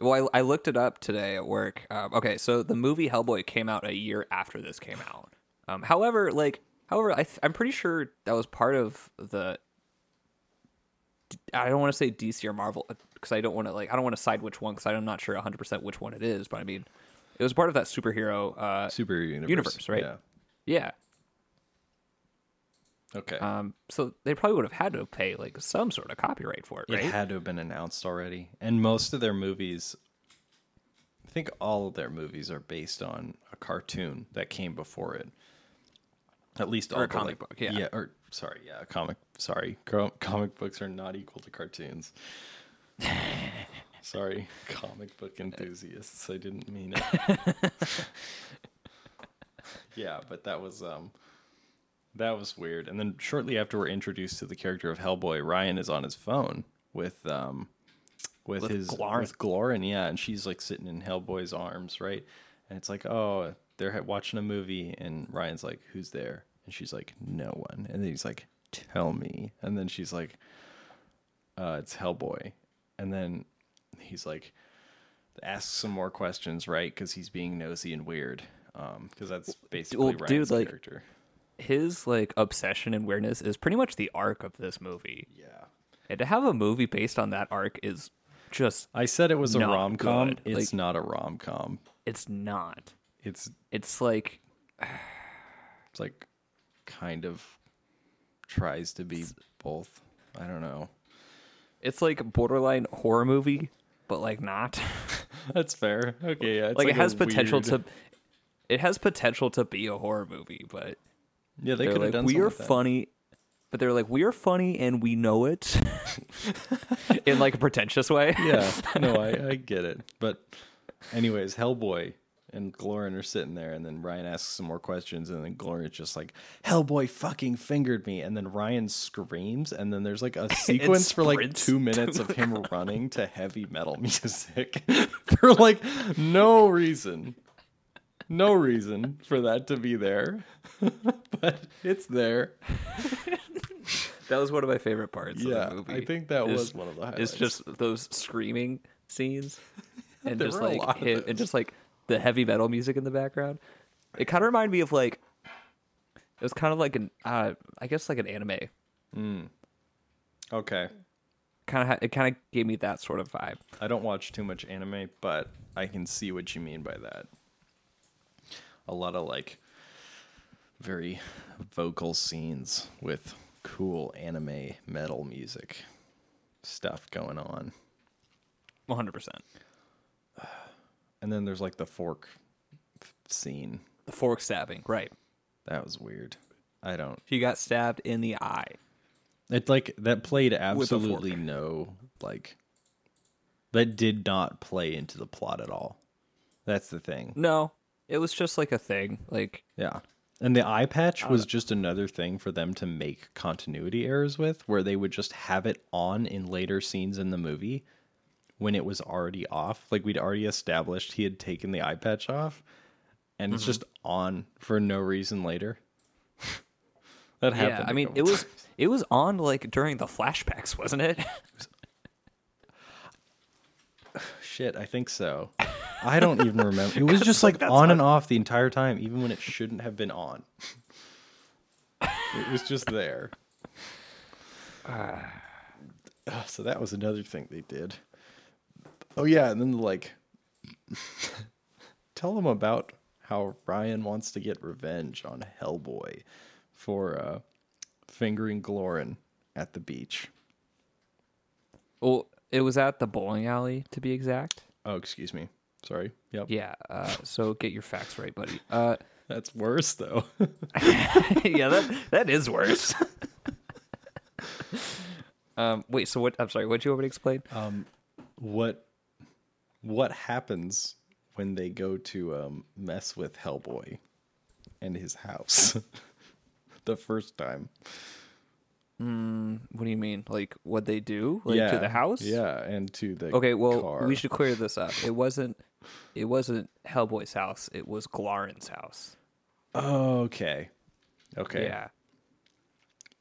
Speaker 1: Well, I, I looked it up today at work. Um, okay, so the movie Hellboy came out a year after this came out. Um, however, like, however, I th- I'm pretty sure that was part of the. I don't want to say DC or Marvel because I don't want to like I don't want to side which one because I'm not sure 100 percent which one it is. But I mean, it was part of that superhero. Uh,
Speaker 2: Super universe.
Speaker 1: Universe, right?
Speaker 2: Yeah.
Speaker 1: yeah.
Speaker 2: Okay.
Speaker 1: Um. So they probably would have had to pay like some sort of copyright for it,
Speaker 2: It
Speaker 1: right?
Speaker 2: had to have been announced already. And most of their movies, I think all of their movies are based on a cartoon that came before it. At least all
Speaker 1: a
Speaker 2: the,
Speaker 1: comic
Speaker 2: like-
Speaker 1: book, yeah.
Speaker 2: yeah. Or sorry, yeah, a comic. Sorry, Co- comic books are not equal
Speaker 1: (laughs)
Speaker 2: to cartoons. sorry, comic book enthusiasts. I didn't mean it.
Speaker 1: (laughs)
Speaker 2: yeah, but that was um, that was weird. And then shortly after we're introduced to the character of Hellboy, Ryan is on his phone with um with, his
Speaker 1: Glorin.
Speaker 2: with Glorin, yeah, and she's like sitting in Hellboy's arms, right? And it's like, oh, they're ha- watching a movie, and Ryan's like, who's there? And she's like, no one. And then he's like, tell me. And then she's like, uh, it's Hellboy. And then he's like, asks some more questions, right? Because he's being nosy and weird. Um, because that's basically
Speaker 1: dude,
Speaker 2: Ryan's
Speaker 1: like-
Speaker 2: character.
Speaker 1: His like obsession and weirdness is pretty much the arc of this movie.
Speaker 2: Yeah.
Speaker 1: And to have a movie based on that arc is just
Speaker 2: I said it was a
Speaker 1: Not
Speaker 2: rom com.
Speaker 1: good.
Speaker 2: It's
Speaker 1: Like-
Speaker 2: not a rom com.
Speaker 1: it's not.
Speaker 2: It's
Speaker 1: It's like
Speaker 2: it's like kind of tries to be both. I don't know.
Speaker 1: it's like borderline horror movie, but like not. (laughs)
Speaker 2: That's fair. Okay, yeah. it's
Speaker 1: like, it
Speaker 2: a
Speaker 1: has potential
Speaker 2: weird-
Speaker 1: to it has potential to be a horror movie, but
Speaker 2: Yeah, they
Speaker 1: they're
Speaker 2: could have
Speaker 1: like
Speaker 2: done
Speaker 1: we
Speaker 2: something
Speaker 1: are
Speaker 2: with that.
Speaker 1: funny but they're like we are funny and we know
Speaker 2: (laughs)
Speaker 1: it (laughs) in like a pretentious way.
Speaker 2: Yeah. No, I, I get it. But anyways, Hellboy and Glorin are sitting there and then Ryan asks some more questions and then Glorin's just like, Hellboy fucking fingered me and then Ryan screams and then there's like a sequence for like
Speaker 1: sprints
Speaker 2: two minutes of him running to heavy metal music (laughs) for like no reason. No reason for that to be there. (laughs) but it's there.
Speaker 1: That was one of my favorite parts
Speaker 2: Yeah,
Speaker 1: of the movie.
Speaker 2: I think that
Speaker 1: is-
Speaker 2: was one of the
Speaker 1: It's
Speaker 2: highlights.
Speaker 1: just those screaming
Speaker 2: (laughs)
Speaker 1: scenes and
Speaker 2: There
Speaker 1: just
Speaker 2: were a
Speaker 1: like
Speaker 2: lot of
Speaker 1: hit, and just like the heavy metal music in the background. It kind of reminded me of like it was kind of like an uh, I guess like an anime.
Speaker 2: Okay.
Speaker 1: Kind of ha- it kind of gave me that sort of vibe.
Speaker 2: I don't watch too much anime, but I can see what you mean by that. A lot of like very vocal scenes with cool anime metal music stuff going on.
Speaker 1: 100%.
Speaker 2: And then there's like the fork f- scene.
Speaker 1: The fork stabbing, right.
Speaker 2: That was weird. I don't.
Speaker 1: She got stabbed in the eye.
Speaker 2: It like that played
Speaker 1: With a fork.
Speaker 2: absolutely no like that did not play into the plot at all. That's the thing.
Speaker 1: No, it was just like a thing. Like
Speaker 2: Yeah. And the eye patch was just another thing for them to make continuity errors with, where they would just have it on in later scenes in the movie when it was already off. Like we'd already established he had taken the eye patch off, and
Speaker 1: Mm-hmm.
Speaker 2: it's just on for no reason later. (laughs) that happened.
Speaker 1: yeah, I
Speaker 2: a
Speaker 1: mean,
Speaker 2: couple
Speaker 1: it was
Speaker 2: times.
Speaker 1: (laughs) it was on like during the flashbacks, wasn't it?
Speaker 2: Shit, I think so. I don't even remember. It was just like, on and off the entire time, even when it shouldn't have been on. it was just there. Ah, so that was another thing they did. Oh yeah, and then like (laughs) tell them about how Ryan wants to get revenge on Hellboy for uh, fingering Glorin at the beach.
Speaker 1: Well, it was at the bowling alley to be exact.
Speaker 2: Oh, excuse me. Sorry. Yep.
Speaker 1: Yeah. Uh, so get your facts right, buddy. Uh,
Speaker 2: That's worse though.
Speaker 1: (laughs)
Speaker 2: (laughs)
Speaker 1: yeah, that that is worse. (laughs) um, wait. So what? I'm sorry. What did you want me to explain?
Speaker 2: what what happens when they go to um, mess with Hellboy and his house (laughs) the first time?
Speaker 1: what do you mean? Like what they do? Like to the house?
Speaker 2: Yeah, and to the
Speaker 1: Okay, well,
Speaker 2: car.
Speaker 1: we should clear this up. It wasn't it wasn't Hellboy's house. It was Glaren's house.
Speaker 2: Oh, Okay. Okay.
Speaker 1: Yeah.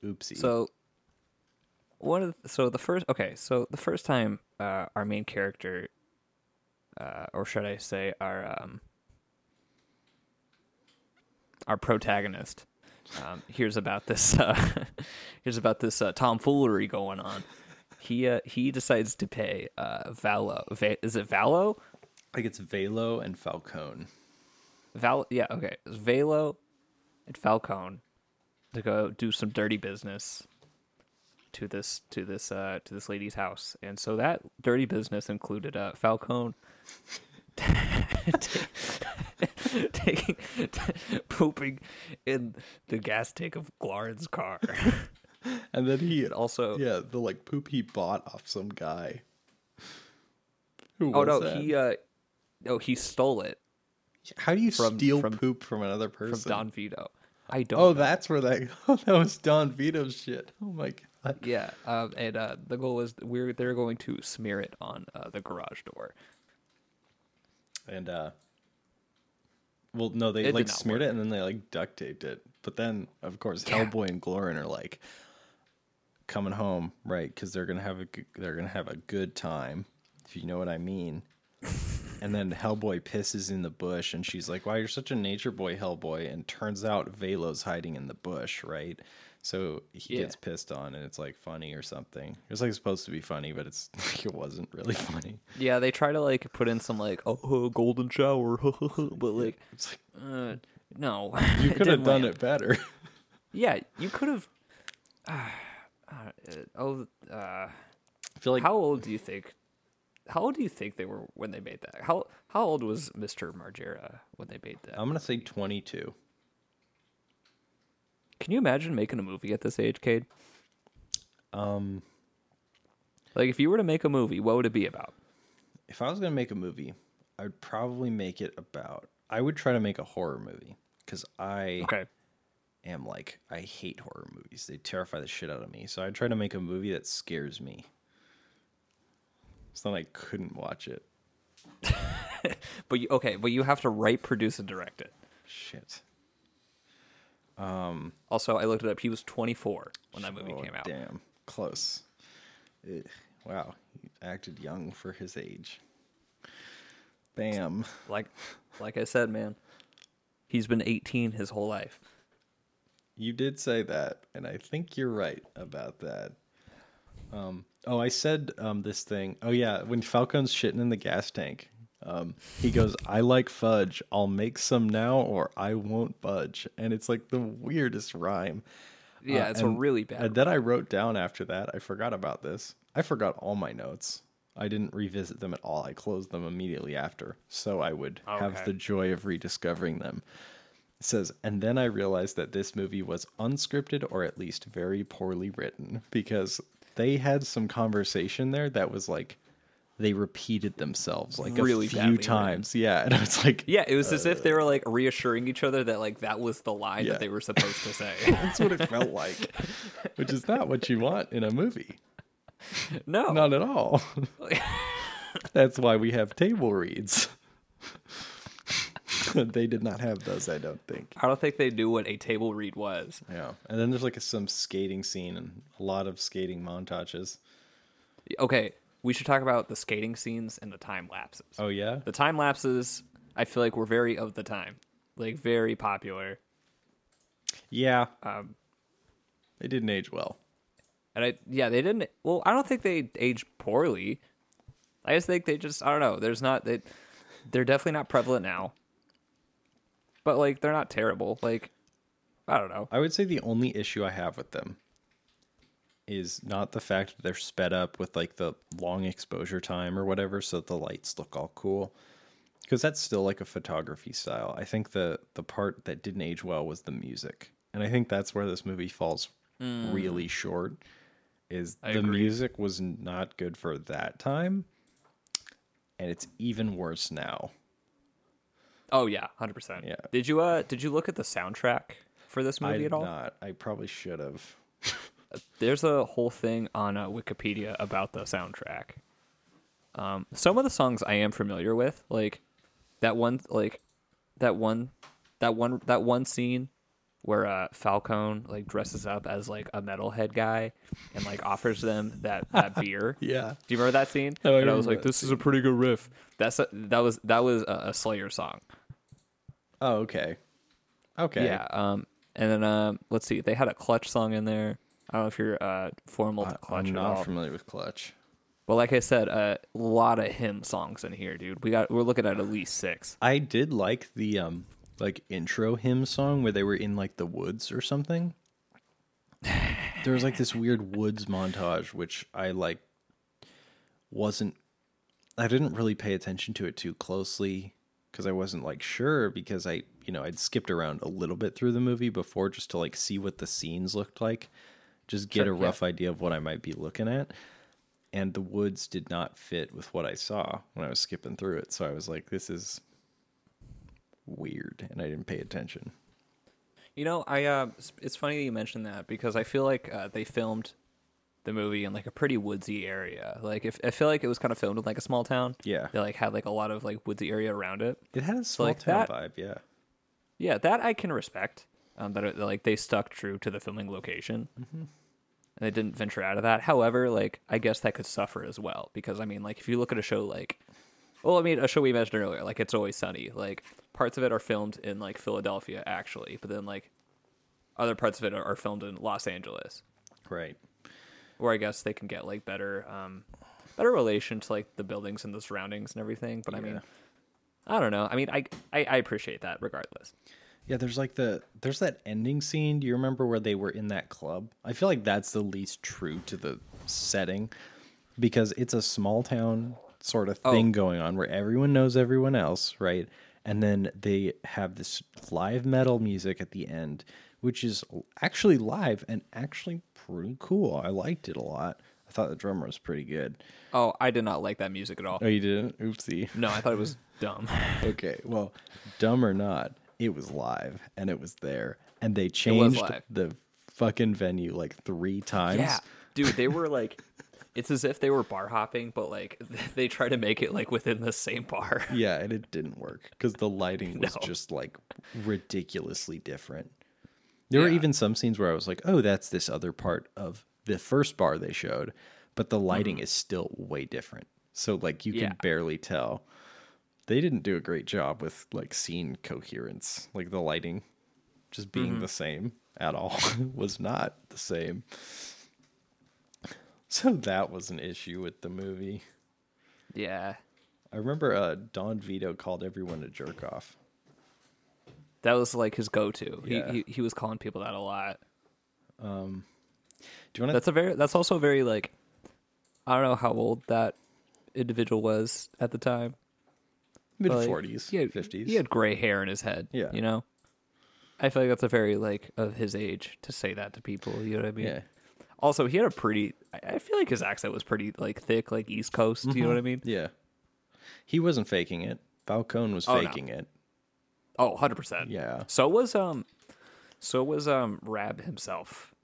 Speaker 2: Oopsie.
Speaker 1: So one of the, so the first okay, so the first time uh, our main character uh, or should I say our um our protagonist um, hears about this uh, (laughs) hears about this uh, tomfoolery going on. He uh, he decides to pay uh, Valo. Va- is it Valo?
Speaker 2: I think it's Velo and Falcone.
Speaker 1: Val, yeah, okay. It's Velo and Falcone to go do some dirty business to this to this uh to this lady's house, and so that dirty business included uh Falcone (laughs) taking (laughs) pooping in the gas tank of Glaren's car. (laughs)
Speaker 2: And then he
Speaker 1: And also,
Speaker 2: yeah, the like poop he bought off some guy. Who
Speaker 1: oh
Speaker 2: was
Speaker 1: no,
Speaker 2: that?
Speaker 1: he uh no he stole it
Speaker 2: How do you
Speaker 1: from-
Speaker 2: steal
Speaker 1: from-
Speaker 2: poop from another
Speaker 1: from
Speaker 2: person?
Speaker 1: Don Vito. I don't.
Speaker 2: oh,
Speaker 1: know.
Speaker 2: that's where that. (laughs) Oh, that was Don Vito's shit. Oh my god.
Speaker 1: Yeah, um, and uh, the goal was we're they're going to smear it on uh, the garage door.
Speaker 2: And uh, well, no, they
Speaker 1: It did
Speaker 2: like
Speaker 1: not
Speaker 2: smeared it and then they like duct taped it. But then, of course, Hellboy and Glorin are like coming home, right? Because they're gonna have a g- they're gonna have a good time, if you know what
Speaker 1: (laughs)
Speaker 2: I mean. and then Hellboy pisses in the bush, and she's like, "Wow, you're such a nature boy, Hellboy!" And turns out Velo's hiding in the bush, right? So he
Speaker 1: Yeah.
Speaker 2: gets pissed on, and it's like funny or something. It's like supposed to be funny, but it's (laughs) it wasn't really funny.
Speaker 1: Yeah, they try to like put in some like oh (laughs) huh, golden shower, but like
Speaker 2: It's like
Speaker 1: uh, no, (laughs)
Speaker 2: you could have done it better. (laughs)
Speaker 1: Yeah, you could (sighs) have. oh, uh,
Speaker 2: I feel like
Speaker 1: how old do you think? How old do you think they were when they made that? How how old was Mister Margera when they made that?
Speaker 2: I'm gonna say 22.
Speaker 1: Can you imagine making a movie at this age, Cade?
Speaker 2: Um,
Speaker 1: Like, if you were to make a movie, what would it be about?
Speaker 2: if I was gonna make a movie, I would probably make it about. I would try to make a horror movie because I
Speaker 1: Okay,
Speaker 2: am like I hate horror movies. They terrify the shit out of me. So I try to make a movie that scares me. So then I couldn't watch it.
Speaker 1: but you, okay, but you have to write, produce, and direct it.
Speaker 2: Shit.
Speaker 1: Also, I looked it up. He was 24 when that movie
Speaker 2: Oh,
Speaker 1: came out.
Speaker 2: Damn, close. Ugh, wow, he acted young for his age. Bam.
Speaker 1: Like, like I said, man, he's been 18 his whole life.
Speaker 2: You did say that, and I think you're right about that. Um, oh, I said um, this thing. Oh yeah, when Falcon's shitting in the gas tank, um, he goes, "I like fudge. I'll make some now, or I won't budge." And it's like the weirdest rhyme.
Speaker 1: Yeah, it's a
Speaker 2: and-
Speaker 1: really bad.
Speaker 2: And then I wrote down after that. I forgot about this. I forgot all my notes. I didn't revisit them at all. I closed them immediately after, so I would have
Speaker 1: Okay.
Speaker 2: the joy of rediscovering them. It says, and then I realized that this movie was unscripted or at least very poorly written because they had some conversation there that was like they repeated themselves like
Speaker 1: Really
Speaker 2: a few
Speaker 1: badly written.
Speaker 2: times. Yeah, and I was like,
Speaker 1: yeah, it was as if they were like reassuring each other that like that was the line
Speaker 2: Yeah.
Speaker 1: that they were supposed to say.
Speaker 2: that's what it felt like, which is not what you want in a movie.
Speaker 1: (laughs) no,
Speaker 2: Not at all. That's why we have table reads. (laughs) they did not have those, I don't think.
Speaker 1: I don't think they knew what a table read was.
Speaker 2: Yeah. And then there's like some skating scene and a lot of skating montages.
Speaker 1: Okay, we should talk about the skating scenes and the time lapses.
Speaker 2: Oh yeah.
Speaker 1: The time lapses, I feel like were very of the time, like very popular.
Speaker 2: Yeah. they didn't age well.
Speaker 1: And I yeah, they didn't well, I don't think they aged poorly. I just think they just I don't know, there's not they they're definitely not prevalent now. But like they're not terrible. Like I don't know.
Speaker 2: I would say the only issue I have with them is not the fact that they're sped up with like the long exposure time or whatever, so that the lights look all cool. Because that's still like a photography style. I think the the part that didn't age well was the music, and I think that's where this movie falls
Speaker 1: Mm.
Speaker 2: really short. Is the music was not good for that time, and it's even worse now.
Speaker 1: Oh yeah, 100%.
Speaker 2: Yeah.
Speaker 1: Did you uh did you look at the soundtrack for this
Speaker 2: I
Speaker 1: movie
Speaker 2: did
Speaker 1: at all?
Speaker 2: not. I probably should have.
Speaker 1: there's a whole thing on uh, Wikipedia about the soundtrack. Um, some of the songs I am familiar with, like that one, like that one, that one, that one scene where uh, Falcone like dresses up as like a metalhead guy and like offers them that that beer.
Speaker 2: Yeah.
Speaker 1: Do you remember that scene?
Speaker 2: Oh, I
Speaker 1: and I was
Speaker 2: remember
Speaker 1: like,
Speaker 2: that
Speaker 1: "This is a pretty good riff." That's a, that was that was a, a Slayer song.
Speaker 2: Oh, okay. Okay.
Speaker 1: Yeah. Um, and then um, let's see, they had a Clutch song in there. I don't know if you're uh, formal to Clutch
Speaker 2: I'm
Speaker 1: at
Speaker 2: not
Speaker 1: all.
Speaker 2: familiar with Clutch.
Speaker 1: But like I said, a lot of hymn songs in here, dude. We got we're looking at at least six.
Speaker 2: I did like the um like intro hymn song where they were in like the woods or something. There was like this weird woods montage which I like wasn't I didn't really pay attention to it too closely cuz I wasn't like sure because I, you know, I'd skipped around a little bit through the movie before just to like see what the scenes looked like, just get a
Speaker 1: Sure, yeah.
Speaker 2: rough idea of what I might be looking at. And the woods did not fit with what I saw when I was skipping through it, so I was like this is weird and I didn't pay attention.
Speaker 1: You know, I uh, it's- it's funny that you mentioned that because I feel like uh, they filmed the movie in like a pretty woodsy area. Like if I feel like it was kind of filmed in like a small town.
Speaker 2: Yeah.
Speaker 1: they like had like a lot of like woodsy area around it.
Speaker 2: It had a small
Speaker 1: like
Speaker 2: town
Speaker 1: that-
Speaker 2: vibe, yeah.
Speaker 1: Yeah, that I can respect. Um, that it, like they stuck true to the filming location, and they didn't venture out of that. However, like I guess that could suffer as well because I mean, like if you look at a show like, well, I mean a show we mentioned earlier, like It's Always Sunny, like parts of it are filmed in like Philadelphia actually, but then like other parts of it are, are filmed in Los Angeles,
Speaker 2: Right.
Speaker 1: where I guess they can get like better, um, better relation to like the buildings and the surroundings and everything. But I mean, I don't know. I mean, I I, I appreciate that regardless.
Speaker 2: Yeah, there's like the there's that ending scene. Do you remember where they were in that club? I feel like that's the least true to the setting because it's a small town sort of thing going on where everyone knows everyone else, right? And then they have this live metal music at the end, which is actually live and actually pretty cool. I liked it a lot. I thought the drummer was pretty good.
Speaker 1: Oh, I did not like that music at all.
Speaker 2: Oh, you didn't? Oopsie.
Speaker 1: No, I thought it was dumb.
Speaker 2: Okay, well, dumb or not, it was live and it was there, and they changed
Speaker 1: live.
Speaker 2: the fucking venue like three times.
Speaker 1: yeah, dude, they were like, it's as if they were bar hopping, but like (laughs) they try to make it like within the same bar.
Speaker 2: Yeah, and it didn't work because the lighting was
Speaker 1: (laughs) No.
Speaker 2: just like ridiculously different. There were even some scenes where I was like, "Oh, that's this other part of the first bar they showed," but the lighting is still way different. So like you
Speaker 1: Mm-hmm. Yeah.
Speaker 2: can barely tell. They didn't do a great job with like scene coherence, like the lighting just
Speaker 1: Mm-hmm.
Speaker 2: being the same at all (laughs) was not the same. So that was an issue with the movie.
Speaker 1: Yeah,
Speaker 2: I remember uh, Don Vito called everyone a jerk off.
Speaker 1: that was like his go-to.
Speaker 2: Yeah.
Speaker 1: He, he he was calling people that a lot.
Speaker 2: Do you want
Speaker 1: That's a very that's also very like, I don't know how old that individual was at the time.
Speaker 2: to mid
Speaker 1: but, like,
Speaker 2: forties,
Speaker 1: he had-
Speaker 2: fifties?
Speaker 1: He had gray hair in his head.
Speaker 2: Yeah.
Speaker 1: you know. I feel like that's a very like of his age to say that to people. You know what I mean?
Speaker 2: yeah,
Speaker 1: Also, he had a pretty. I- I feel like his accent was pretty like thick, like East Coast. You know what I mean?
Speaker 2: yeah. He wasn't faking it. Falcone was
Speaker 1: Oh, no.
Speaker 2: faking it.
Speaker 1: Oh, 100 percent.
Speaker 2: Yeah.
Speaker 1: So was um, so was um Rab himself.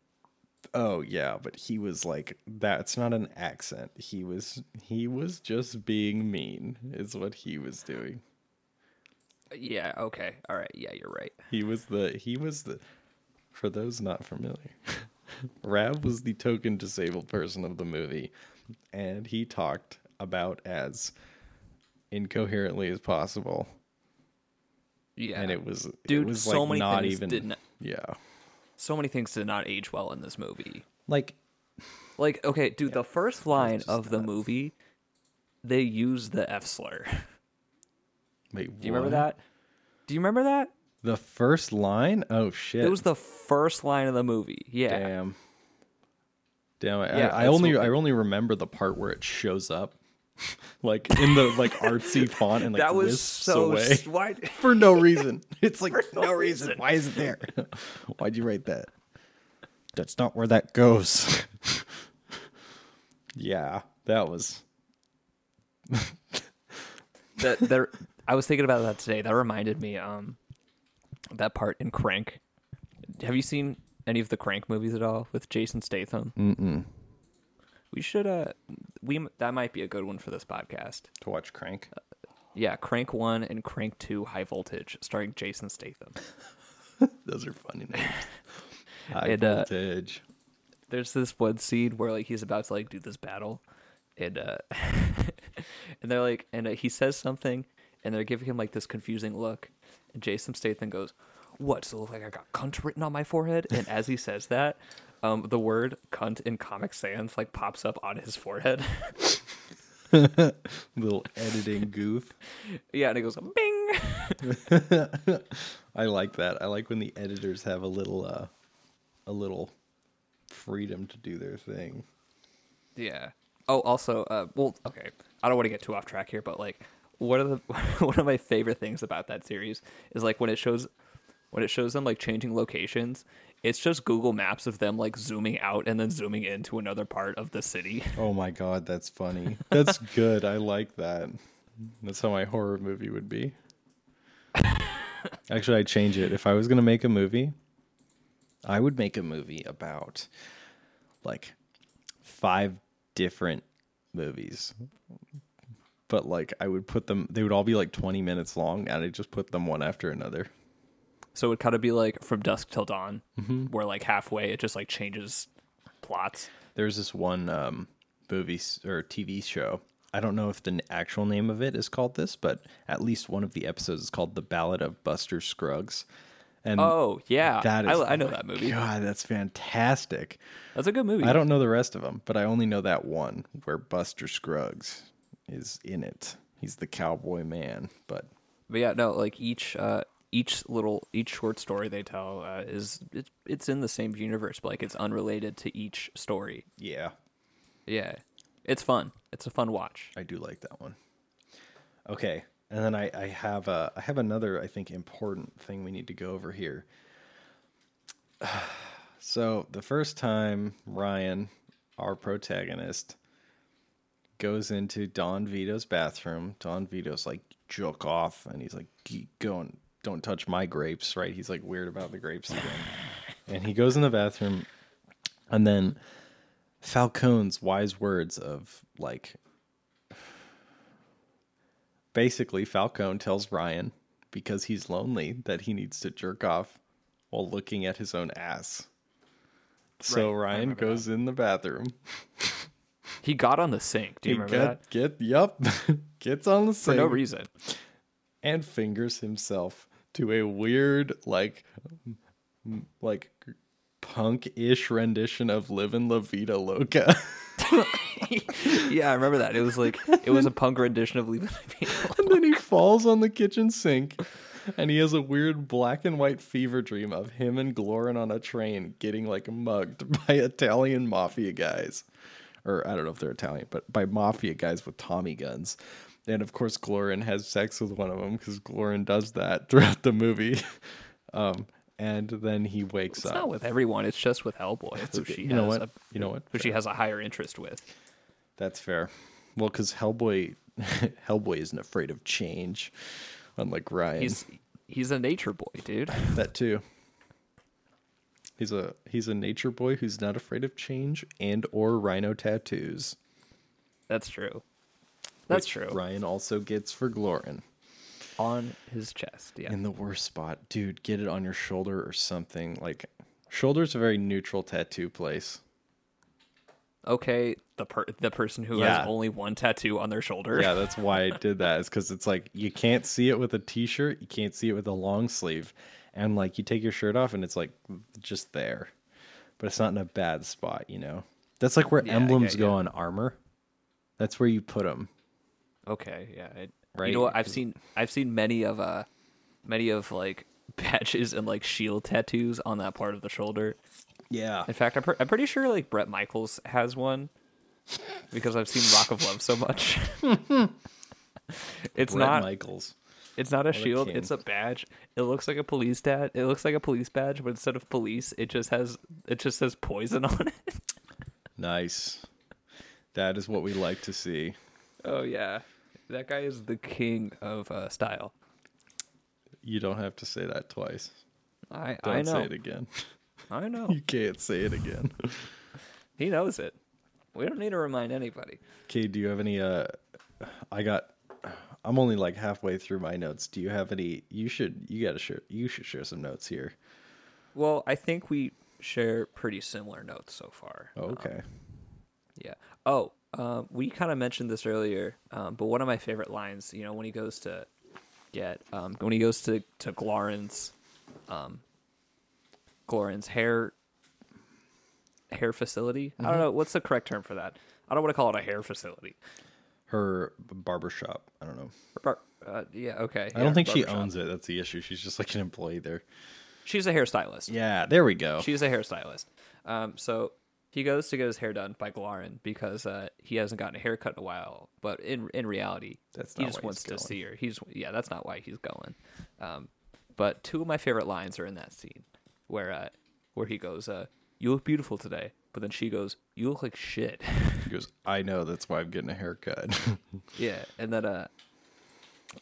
Speaker 2: Oh yeah, but he was like, that's not an accent. He was he was just being mean. Is what he was doing.
Speaker 1: Yeah. Okay. All right. Yeah, you're right.
Speaker 2: He was the he was the. (laughs) For those not familiar, Rab was the token disabled person of the movie, and he talked about as incoherently as possible.
Speaker 1: Yeah,
Speaker 2: And it was
Speaker 1: Dude,
Speaker 2: it was
Speaker 1: so
Speaker 2: like
Speaker 1: many
Speaker 2: not
Speaker 1: things
Speaker 2: even
Speaker 1: did not-
Speaker 2: yeah.
Speaker 1: so many things did not age well in this movie.
Speaker 2: Like
Speaker 1: Like, okay, dude, the first line
Speaker 2: just
Speaker 1: of the movie, they use the F (laughs) slur.
Speaker 2: wait,
Speaker 1: Do you remember that? Do you remember that?
Speaker 2: The first line? Oh shit.
Speaker 1: It was the first line of the movie. Yeah.
Speaker 2: Damn. Damn it.
Speaker 1: Yeah,
Speaker 2: I, I
Speaker 1: that's
Speaker 2: only
Speaker 1: what-
Speaker 2: I only remember the part where it shows up (laughs) like in the
Speaker 1: (laughs)
Speaker 2: like artsy font and like
Speaker 1: that was
Speaker 2: wisps
Speaker 1: so
Speaker 2: away.
Speaker 1: s- why
Speaker 2: (laughs)
Speaker 1: (laughs)
Speaker 2: for no reason. It's like
Speaker 1: no reason.
Speaker 2: Why is it there? (laughs) Why'd you write that? That's not where that goes. (laughs) yeah, that was
Speaker 1: that there I was thinking about that today. That reminded me um that part in Crank. Have you seen any of the Crank movies at all with Jason Statham? Mm-mm. We should uh we m- that might be a good one for this podcast.
Speaker 2: to watch Crank.
Speaker 1: Yeah, Crank 1 and Crank 2 High Voltage starring Jason Statham.
Speaker 2: Those are funny names. High
Speaker 1: It, uh,
Speaker 2: voltage.
Speaker 1: there's this one scene where like he's about to like do this battle and uh (laughs) and they're like and uh, he says something and they're giving him like this confusing look and jason statham goes what so look like i got cunt written on my forehead and as he says that um the word cunt in comic sans like pops up on his forehead (laughs)
Speaker 2: Little editing goof.
Speaker 1: yeah and it goes bing
Speaker 2: I like that. I like when the editors have a little uh a little freedom to do their thing.
Speaker 1: Yeah. Oh, also, uh, well, okay. I don't want to get too off track here, but like, one of the (laughs) one of my favorite things about that series is like when it shows when it shows them like changing locations. It's just Google Maps of them like zooming out and then zooming into another part of the city. (laughs)
Speaker 2: Oh my god, that's funny. That's good. I like that. That's how my horror movie would be. Actually, I'd change it. If I was going to make a movie, I would make a movie about like five different movies. But like I would put them they would all be like 20 minutes long and I'd just put them one after another.
Speaker 1: So it would kind of be like from dusk till dawn,
Speaker 2: Mm-hmm.
Speaker 1: where like halfway it just like changes plots.
Speaker 2: There was this one um, movie s- or TV show. I don't know if the n- actual name of it is called this, but at least one of the episodes is called "The Ballad of Buster Scruggs." And
Speaker 1: Oh yeah,
Speaker 2: that is,
Speaker 1: I, I know
Speaker 2: oh
Speaker 1: that
Speaker 2: my
Speaker 1: movie.
Speaker 2: God, that's fantastic.
Speaker 1: That's a good movie.
Speaker 2: I don't know the rest of them, but I only know that one where Buster Scruggs is in it. He's the cowboy man, but
Speaker 1: But yeah, no, like each uh each little each short story they tell uh, is it, it's in the same universe, but like it's unrelated to each story.
Speaker 2: yeah,
Speaker 1: Yeah. It's fun. It's a fun watch.
Speaker 2: I do like that one. Okay, and then I, I have a I have another I think important thing we need to go over here. (sighs) So the first time Ryan, our protagonist, goes into Don Vito's bathroom, Don Vito's like joke off, and he's like, "Keep going, don't touch my grapes," right? He's like weird about the grapes again, (laughs) and he goes in the bathroom, and then Falcone's wise words of like basically Falcone tells Ryan because he's lonely that he needs to jerk off while looking at his own ass. So
Speaker 1: Right, I
Speaker 2: Ryan
Speaker 1: remember
Speaker 2: goes in the bathroom.
Speaker 1: He got on the sink. Do you
Speaker 2: He
Speaker 1: remember that?
Speaker 2: get, Get yup, (laughs) gets on the
Speaker 1: For
Speaker 2: sink
Speaker 1: no reason.
Speaker 2: and fingers himself to a weird like m- like punk-ish rendition of "Livin' La Vida Loca." (laughs)
Speaker 1: yeah, I remember that. It was like it was a punk rendition of Leaving
Speaker 2: (laughs)
Speaker 1: the Beatles.
Speaker 2: and then he falls on the kitchen sink and he has a weird black and white fever dream of him and Glorin on a train getting like mugged (laughs) by Italian mafia guys. Or I don't know if they're Italian, but by mafia guys with Tommy guns. And of course, Glorin has sex with one of them because Glorin does that (laughs) throughout the movie. Um, and then he wakes
Speaker 1: It's
Speaker 2: up.
Speaker 1: not with everyone. It's just with Hellboy, who she
Speaker 2: you know
Speaker 1: has
Speaker 2: what?
Speaker 1: a
Speaker 2: you know what?
Speaker 1: who she has a higher interest with.
Speaker 2: That's fair. Well, because Hellboy, (laughs) Hellboy isn't afraid of change, unlike Ryan.
Speaker 1: He's he's a nature boy, dude.
Speaker 2: That too. He's a he's a nature boy who's not afraid of change and or rhino tattoos.
Speaker 1: That's true. That's
Speaker 2: which
Speaker 1: true.
Speaker 2: Ryan also gets for Glorin.
Speaker 1: On his chest. Yeah.
Speaker 2: In the worst spot, dude, get it on your shoulder or something. Like shoulder's a very neutral tattoo place.
Speaker 1: okay, the per- the person who
Speaker 2: Yeah.
Speaker 1: has only one tattoo on their shoulder.
Speaker 2: (laughs) Yeah, that's why I did that. Is because it's like you can't see it with a t-shirt, you can't see it with a long sleeve, and like you take your shirt off and it's like just there, but it's not in a bad spot, you know. That's like where
Speaker 1: Yeah, I
Speaker 2: emblems
Speaker 1: get
Speaker 2: go
Speaker 1: ya.
Speaker 2: on armor. That's where you put them.
Speaker 1: Okay, yeah. It, You
Speaker 2: Right?
Speaker 1: know what? I've seen I've seen many of uh many of like (laughs) patches and like shield tattoos on that part of the shoulder.
Speaker 2: Yeah,
Speaker 1: In fact, I'm, per- I'm pretty sure like Brett Michaels has one because I've seen Rock of Love so much. (laughs) it's
Speaker 2: Brett
Speaker 1: not
Speaker 2: Michaels.
Speaker 1: it's not a shield, it's a
Speaker 2: king.
Speaker 1: badge. It looks like a police dad. It looks like a police badge, but instead of police, it just has it just says poison (laughs) on it.
Speaker 2: Nice. That is what we like to see.
Speaker 1: Oh yeah. That guy is the king of uh, style.
Speaker 2: You don't have to say that twice.
Speaker 1: I
Speaker 2: Don't
Speaker 1: I know.
Speaker 2: say it again. (laughs)
Speaker 1: I know.
Speaker 2: You can't say it again.
Speaker 1: He knows it. We don't need to remind anybody.
Speaker 2: Okay, do you have any uh I got I'm only like halfway through my notes. Do you have any you should you gotta share you should share some notes here.
Speaker 1: Well, I think we share pretty similar notes so far.
Speaker 2: Oh, okay.
Speaker 1: Yeah. Oh, um, we kind of mentioned this earlier, um, but one of my favorite lines, you know, when he goes to get, um, when he goes to to Glorin's, um, Glorin's hair hair facility. I
Speaker 2: Mm-hmm.
Speaker 1: don't know what's the correct term for that. I don't want to call it a hair facility.
Speaker 2: Her barbershop. I don't know.
Speaker 1: Or bar- Uh, yeah. Okay.
Speaker 2: I don't think she owns it. That's the issue. She's just like an employee there.
Speaker 1: She's a hairstylist.
Speaker 2: Yeah, there we go.
Speaker 1: She's a hairstylist. Um, so he goes to get his hair done by Glarin because uh, he hasn't gotten a haircut in a while. But in in reality,
Speaker 2: That's
Speaker 1: he
Speaker 2: not
Speaker 1: just
Speaker 2: why
Speaker 1: wants
Speaker 2: he's
Speaker 1: to
Speaker 2: going.
Speaker 1: see her. He's yeah, that's not why he's going. Um, but two of my favorite lines are in that scene where uh, where he goes, uh, "You look beautiful today," but then she goes, "You look like shit."
Speaker 2: She goes, I know that's why I'm getting a haircut. (laughs)
Speaker 1: yeah, and then uh,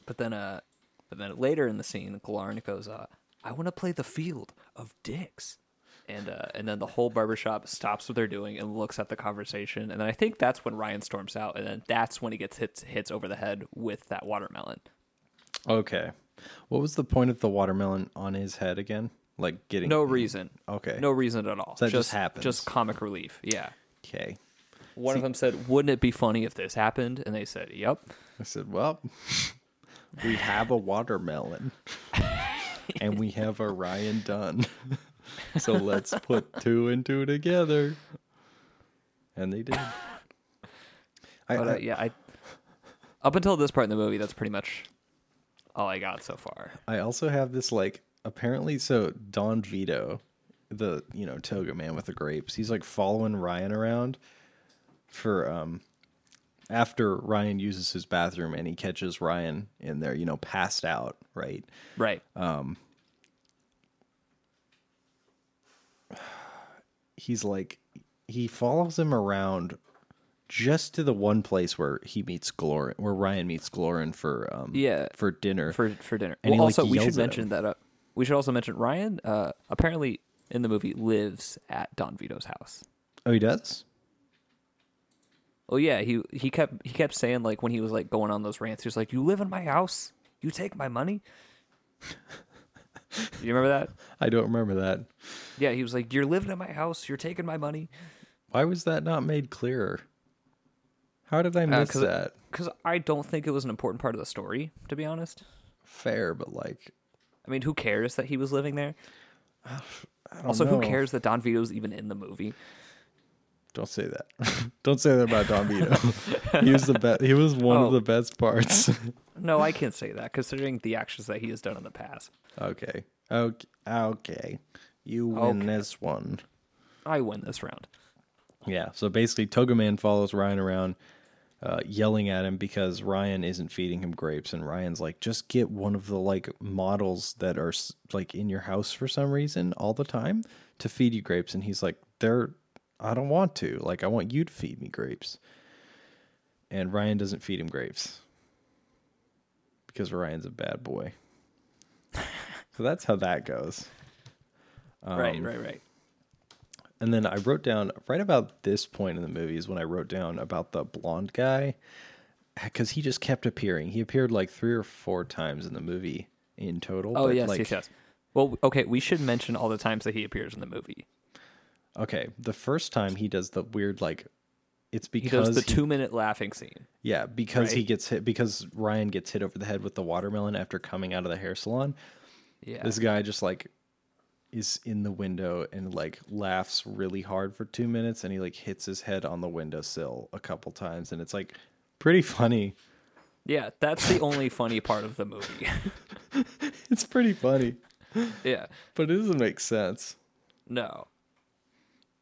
Speaker 1: but then uh, but then later in the scene, Glarin goes, uh, "I want to play the field of dicks," and uh, and then the whole barbershop stops what they're doing and looks at the conversation, and then I think that's when Ryan storms out, and then that's when he gets hits hits over the head with that watermelon.
Speaker 2: okay. What was the point of the watermelon on his head again? Like getting
Speaker 1: No reason.
Speaker 2: Mm-hmm. Okay.
Speaker 1: No reason at all.
Speaker 2: So that just
Speaker 1: just
Speaker 2: happens.
Speaker 1: Just comic relief. Yeah.
Speaker 2: Okay.
Speaker 1: One of them said, "Wouldn't it be funny if this happened?" And they said, "Yep."
Speaker 2: I said, Well, (laughs) we have
Speaker 1: (laughs)
Speaker 2: a watermelon and we have a Ryan Dunn. (laughs) So let's put two and two together. And
Speaker 1: (laughs)
Speaker 2: they did. I,
Speaker 1: But uh,
Speaker 2: I-
Speaker 1: yeah, I up until this part in the movie, that's pretty much all I got so far.
Speaker 2: I also have this like apparently so Don Vito, the you know toga man with the grapes, he's like following Ryan around for um after Ryan uses his bathroom and he catches Ryan in there, you know, passed out, right?
Speaker 1: Right.
Speaker 2: he's like he follows him around just to the one place where he meets Glorin, where Ryan meets Glorin for um
Speaker 1: Yeah.
Speaker 2: for dinner.
Speaker 1: for for dinner.
Speaker 2: And
Speaker 1: well,
Speaker 2: he, like,
Speaker 1: also, we
Speaker 2: yells
Speaker 1: should
Speaker 2: at
Speaker 1: mention
Speaker 2: him.
Speaker 1: that. Uh, we should also mention Ryan. Uh, apparently, in the movie, lives at Don Vito's house.
Speaker 2: oh, he does.
Speaker 1: Oh yeah, he he kept he kept saying like when he was like going on those rants, he was like, "You live in my house. You take my money." (laughs) you remember that?
Speaker 2: I don't remember that.
Speaker 1: Yeah, he was like, "You're living in my house. You're taking my money."
Speaker 2: Why was that not made clearer? How did I miss
Speaker 1: Uh, 'cause-
Speaker 2: that?
Speaker 1: Because I don't think it was an important part of the story, to be honest.
Speaker 2: Fair, but like,
Speaker 1: I mean, who cares that he was living there?
Speaker 2: I don't
Speaker 1: Also, who
Speaker 2: know.
Speaker 1: cares that Don Vito's even in the movie?
Speaker 2: Don't say that. (laughs) don't say that about
Speaker 1: (laughs)
Speaker 2: Don Vito. he was the best. He was one
Speaker 1: Oh.
Speaker 2: of the
Speaker 1: (laughs)
Speaker 2: best parts.
Speaker 1: No, I can't say that considering the actions that he has done in the past.
Speaker 2: okay. Okay. Okay. You win
Speaker 1: Okay.
Speaker 2: this one.
Speaker 1: I win this round.
Speaker 2: Yeah. So basically, Togaman follows Ryan around, uh, yelling at him because Ryan isn't feeding him grapes, and Ryan's like, "Just get one of the like models that are s- like in your house for some reason all the time to feed you grapes," and he's like, "They're, I don't want to. Like, I want you to feed me grapes." And Ryan doesn't feed him grapes because Ryan's a bad boy. (laughs) so that's how that goes. Um,
Speaker 1: right, right, right.
Speaker 2: And then I wrote down right about this point in the movie is when I wrote down about the blonde guy because he just kept appearing. He appeared like three or four times in the movie in total.
Speaker 1: Oh
Speaker 2: but,
Speaker 1: yes,
Speaker 2: like,
Speaker 1: yes, yes. Well, okay. We should mention all the times that he appears in the movie.
Speaker 2: Okay, the first time he does the weird like It's
Speaker 1: He
Speaker 2: because
Speaker 1: does the
Speaker 2: he-
Speaker 1: two minute laughing scene.
Speaker 2: yeah, because he
Speaker 1: right?
Speaker 2: gets hit because Ryan gets hit over the head with the watermelon after coming out of the hair salon.
Speaker 1: Yeah.
Speaker 2: This guy just like is in the window and like laughs really hard for two minutes and he like hits his head on the windowsill a couple times and it's like pretty funny. (laughs)
Speaker 1: yeah, that's the only funny part of the movie. (laughs)
Speaker 2: It's pretty funny.
Speaker 1: yeah.
Speaker 2: But it doesn't make sense.
Speaker 1: No.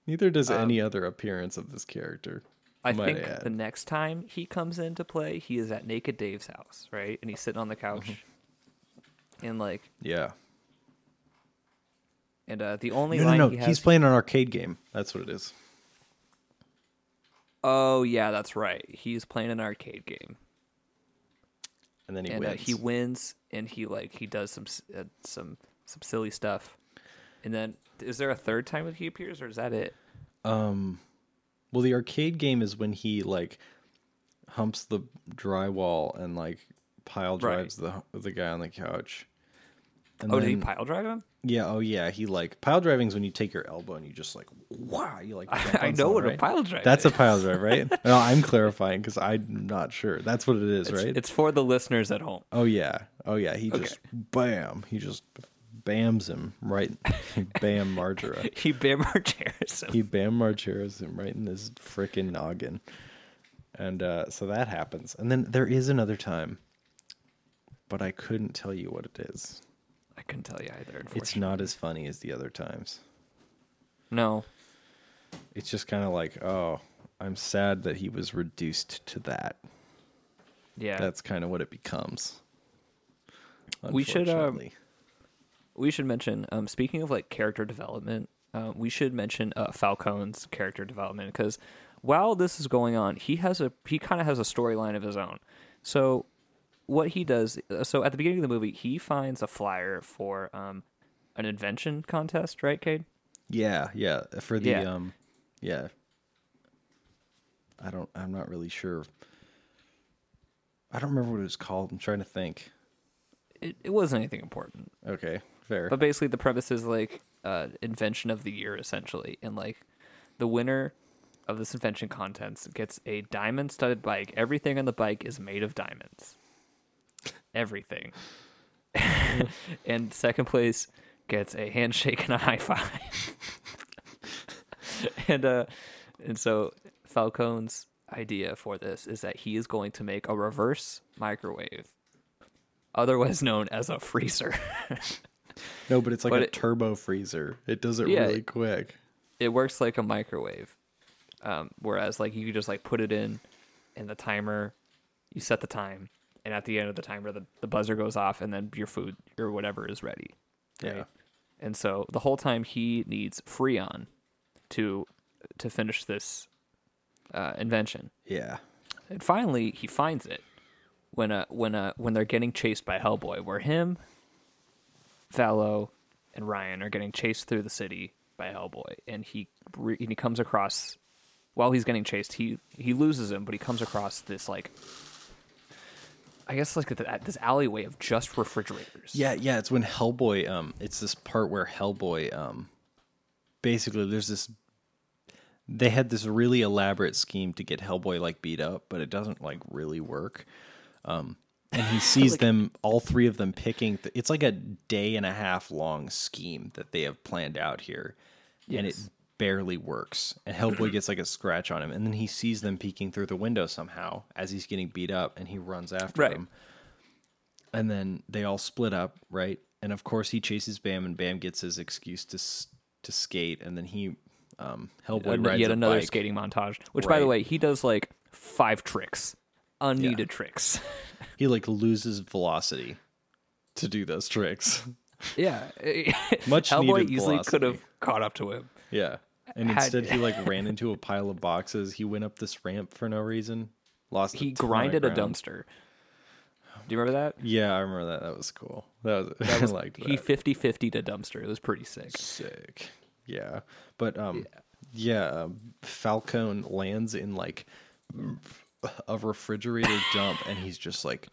Speaker 2: Neither does
Speaker 1: Um,
Speaker 2: any other appearance of this character.
Speaker 1: I
Speaker 2: might
Speaker 1: think
Speaker 2: add.
Speaker 1: the next time he comes into play, he is at Naked Dave's house, right? And he's sitting on the couch. And like
Speaker 2: Yeah.
Speaker 1: and uh the only
Speaker 2: No, no,
Speaker 1: line
Speaker 2: no.
Speaker 1: he has
Speaker 2: He's playing an arcade game. That's what it is.
Speaker 1: Oh yeah, that's right. He's playing an arcade game.
Speaker 2: And then he
Speaker 1: and
Speaker 2: wins.
Speaker 1: Uh, he wins and he like he does some s- uh, some some silly stuff and then is there a third time that he appears or is that it
Speaker 2: Well, the arcade game is when he like humps the drywall and like pile
Speaker 1: Right.
Speaker 2: drives the the guy on the couch. And
Speaker 1: oh
Speaker 2: then,
Speaker 1: did he pile drive him
Speaker 2: yeah, oh yeah, he like pile driving's when you take your elbow and you just like wow, you like. jump
Speaker 1: (laughs) I
Speaker 2: on
Speaker 1: know what
Speaker 2: someone,
Speaker 1: a
Speaker 2: right?
Speaker 1: pile drive
Speaker 2: That's a
Speaker 1: is.
Speaker 2: pile drive, right?
Speaker 1: (laughs)
Speaker 2: no, I'm clarifying because I'm not sure. That's what it is,
Speaker 1: It's-
Speaker 2: (laughs) right?
Speaker 1: it's for the listeners at home
Speaker 2: Oh yeah, oh yeah. He just bam, he just bams him right, bam
Speaker 1: (laughs)
Speaker 2: Margera.
Speaker 1: he bammer chairs him.
Speaker 2: he bam Margera's him right in his frickin' noggin. And uh, so that happens. And then there is another time, but I couldn't tell you what it is.
Speaker 1: i couldn't tell you either
Speaker 2: It's
Speaker 1: unfortunately
Speaker 2: not as funny as the other times.
Speaker 1: no
Speaker 2: It's just kind of like, oh, I'm sad that he was reduced to that.
Speaker 1: yeah
Speaker 2: That's kind of what it becomes.
Speaker 1: We should, um,
Speaker 2: unfortunately.
Speaker 1: we should mention um speaking of like character development uh, we should mention uh, falcone's character development because while this is going on he has a he kind of has a storyline of his own so what he does uh, so at the beginning of the movie he finds a flyer for um an invention contest right cade
Speaker 2: Yeah, yeah. For the
Speaker 1: Yeah.
Speaker 2: um yeah. I don't I'm not really sure. I don't remember what it was called. I'm trying to think.
Speaker 1: it, it wasn't anything important
Speaker 2: Okay, fair.
Speaker 1: But basically, the premise is like uh, invention of the year, essentially, and like the winner of this invention contest gets a diamond-studded bike. Everything on the bike is made of diamonds. Everything. (laughs) and second place gets a handshake and a high five. (laughs) and uh, and so Falcone's idea for this is that he is going to make a reverse microwave, otherwise known as a freezer. (laughs)
Speaker 2: no, but it's like
Speaker 1: but
Speaker 2: a
Speaker 1: it-
Speaker 2: turbo freezer. It does it
Speaker 1: Yeah,
Speaker 2: really
Speaker 1: it-
Speaker 2: quick.
Speaker 1: it works like a microwave. Um, whereas like you could just like put it in and the timer you set the time and at the end of the timer the, the buzzer goes off and then your food or whatever is ready.
Speaker 2: Yeah.
Speaker 1: And so the whole time he needs Freon to to finish this uh, invention.
Speaker 2: Yeah.
Speaker 1: And finally he finds it when uh when uh when they're getting chased by Hellboy, where him, Fallow, and Ryan are getting chased through the city by Hellboy, and he re- and he comes across while he's getting chased, he he loses him, but he comes across this like. I guess like th- this alleyway of just refrigerators.
Speaker 2: Yeah, yeah, it's when Hellboy um it's this part where Hellboy um basically there's this they had this really elaborate scheme to get Hellboy like beat up, but it doesn't like really work. Um
Speaker 1: (laughs)
Speaker 2: and he sees them all three of them picking th- it's like a day and a half long scheme that they have planned out here. And it
Speaker 1: Yes.
Speaker 2: barely works. And Hellboy gets like a scratch on him and then he sees them peeking through the window somehow as he's getting beat up and he runs after
Speaker 1: Right.
Speaker 2: them and then they all split up, right? And of course, he chases Bam, and Bam gets his excuse to s- to skate, and then he um, Hellboy
Speaker 1: An-
Speaker 2: rides
Speaker 1: yet
Speaker 2: a
Speaker 1: another
Speaker 2: bike.
Speaker 1: skating montage. Which, by the
Speaker 2: Right.
Speaker 1: way, he does like five tricks, unneeded tricks.
Speaker 2: He like loses velocity to do those tricks.
Speaker 1: (laughs)
Speaker 2: (laughs)
Speaker 1: yeah,
Speaker 2: Much
Speaker 1: Hellboy
Speaker 2: needed
Speaker 1: easily could
Speaker 2: velocity.
Speaker 1: have caught up to him.
Speaker 2: yeah, and
Speaker 1: Had-
Speaker 2: instead he
Speaker 1: (laughs)
Speaker 2: like ran into a pile of boxes. He went up this ramp for no reason. Lost. a
Speaker 1: he
Speaker 2: ton of
Speaker 1: grinded a
Speaker 2: ground.
Speaker 1: dumpster. Do you remember that?
Speaker 2: Yeah, I remember that. That was cool. That was, (laughs) I liked that.
Speaker 1: He 50 50 to dumpster. It was pretty sick.
Speaker 2: sick. Yeah, but um, yeah, um, Falcone lands in like a refrigerator dump, and he's just like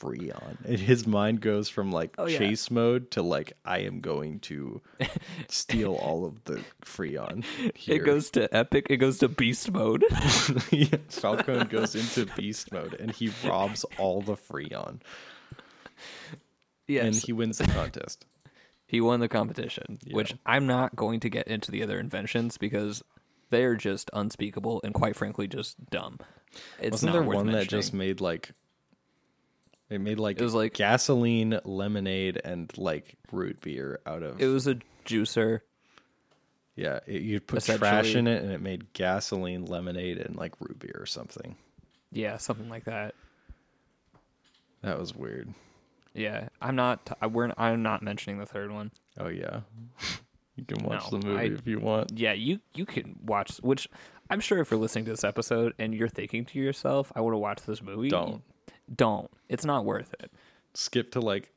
Speaker 2: Freon. And his mind goes from like
Speaker 1: Oh, yeah.
Speaker 2: chase mode to like I am going
Speaker 1: (laughs)
Speaker 2: to steal all of the Freon. Here.
Speaker 1: It goes to epic. It goes to beast mode.
Speaker 2: (laughs) Yeah, Falcon goes into beast mode and he robs all the Freon
Speaker 1: (laughs) yes,
Speaker 2: and
Speaker 1: he,
Speaker 2: he wins the contest.
Speaker 1: won the competition. Which I'm not going to get into the other inventions because they are just unspeakable and quite frankly just dumb. It's not
Speaker 2: Wasn't there
Speaker 1: worth
Speaker 2: one that
Speaker 1: mentioning.
Speaker 2: just made like it made like
Speaker 1: It was like-
Speaker 2: gasoline, lemonade, and like root beer out of
Speaker 1: It was a juicer.
Speaker 2: yeah. It, you'd put trash
Speaker 1: essentially-
Speaker 2: in it, and it made gasoline, lemonade, and like root beer or something.
Speaker 1: Yeah, something like that.
Speaker 2: That was weird.
Speaker 1: Yeah, I'm not. I, we're. I'm not mentioning the third one.
Speaker 2: Oh yeah, (laughs) you can watch
Speaker 1: No,
Speaker 2: the movie
Speaker 1: I-
Speaker 2: if you want.
Speaker 1: Yeah, you you can watch. Which I'm sure if you're listening to this episode and you're thinking to yourself, "I want to watch this movie,"
Speaker 2: Don't.
Speaker 1: don't. It's not worth it.
Speaker 2: Skip to like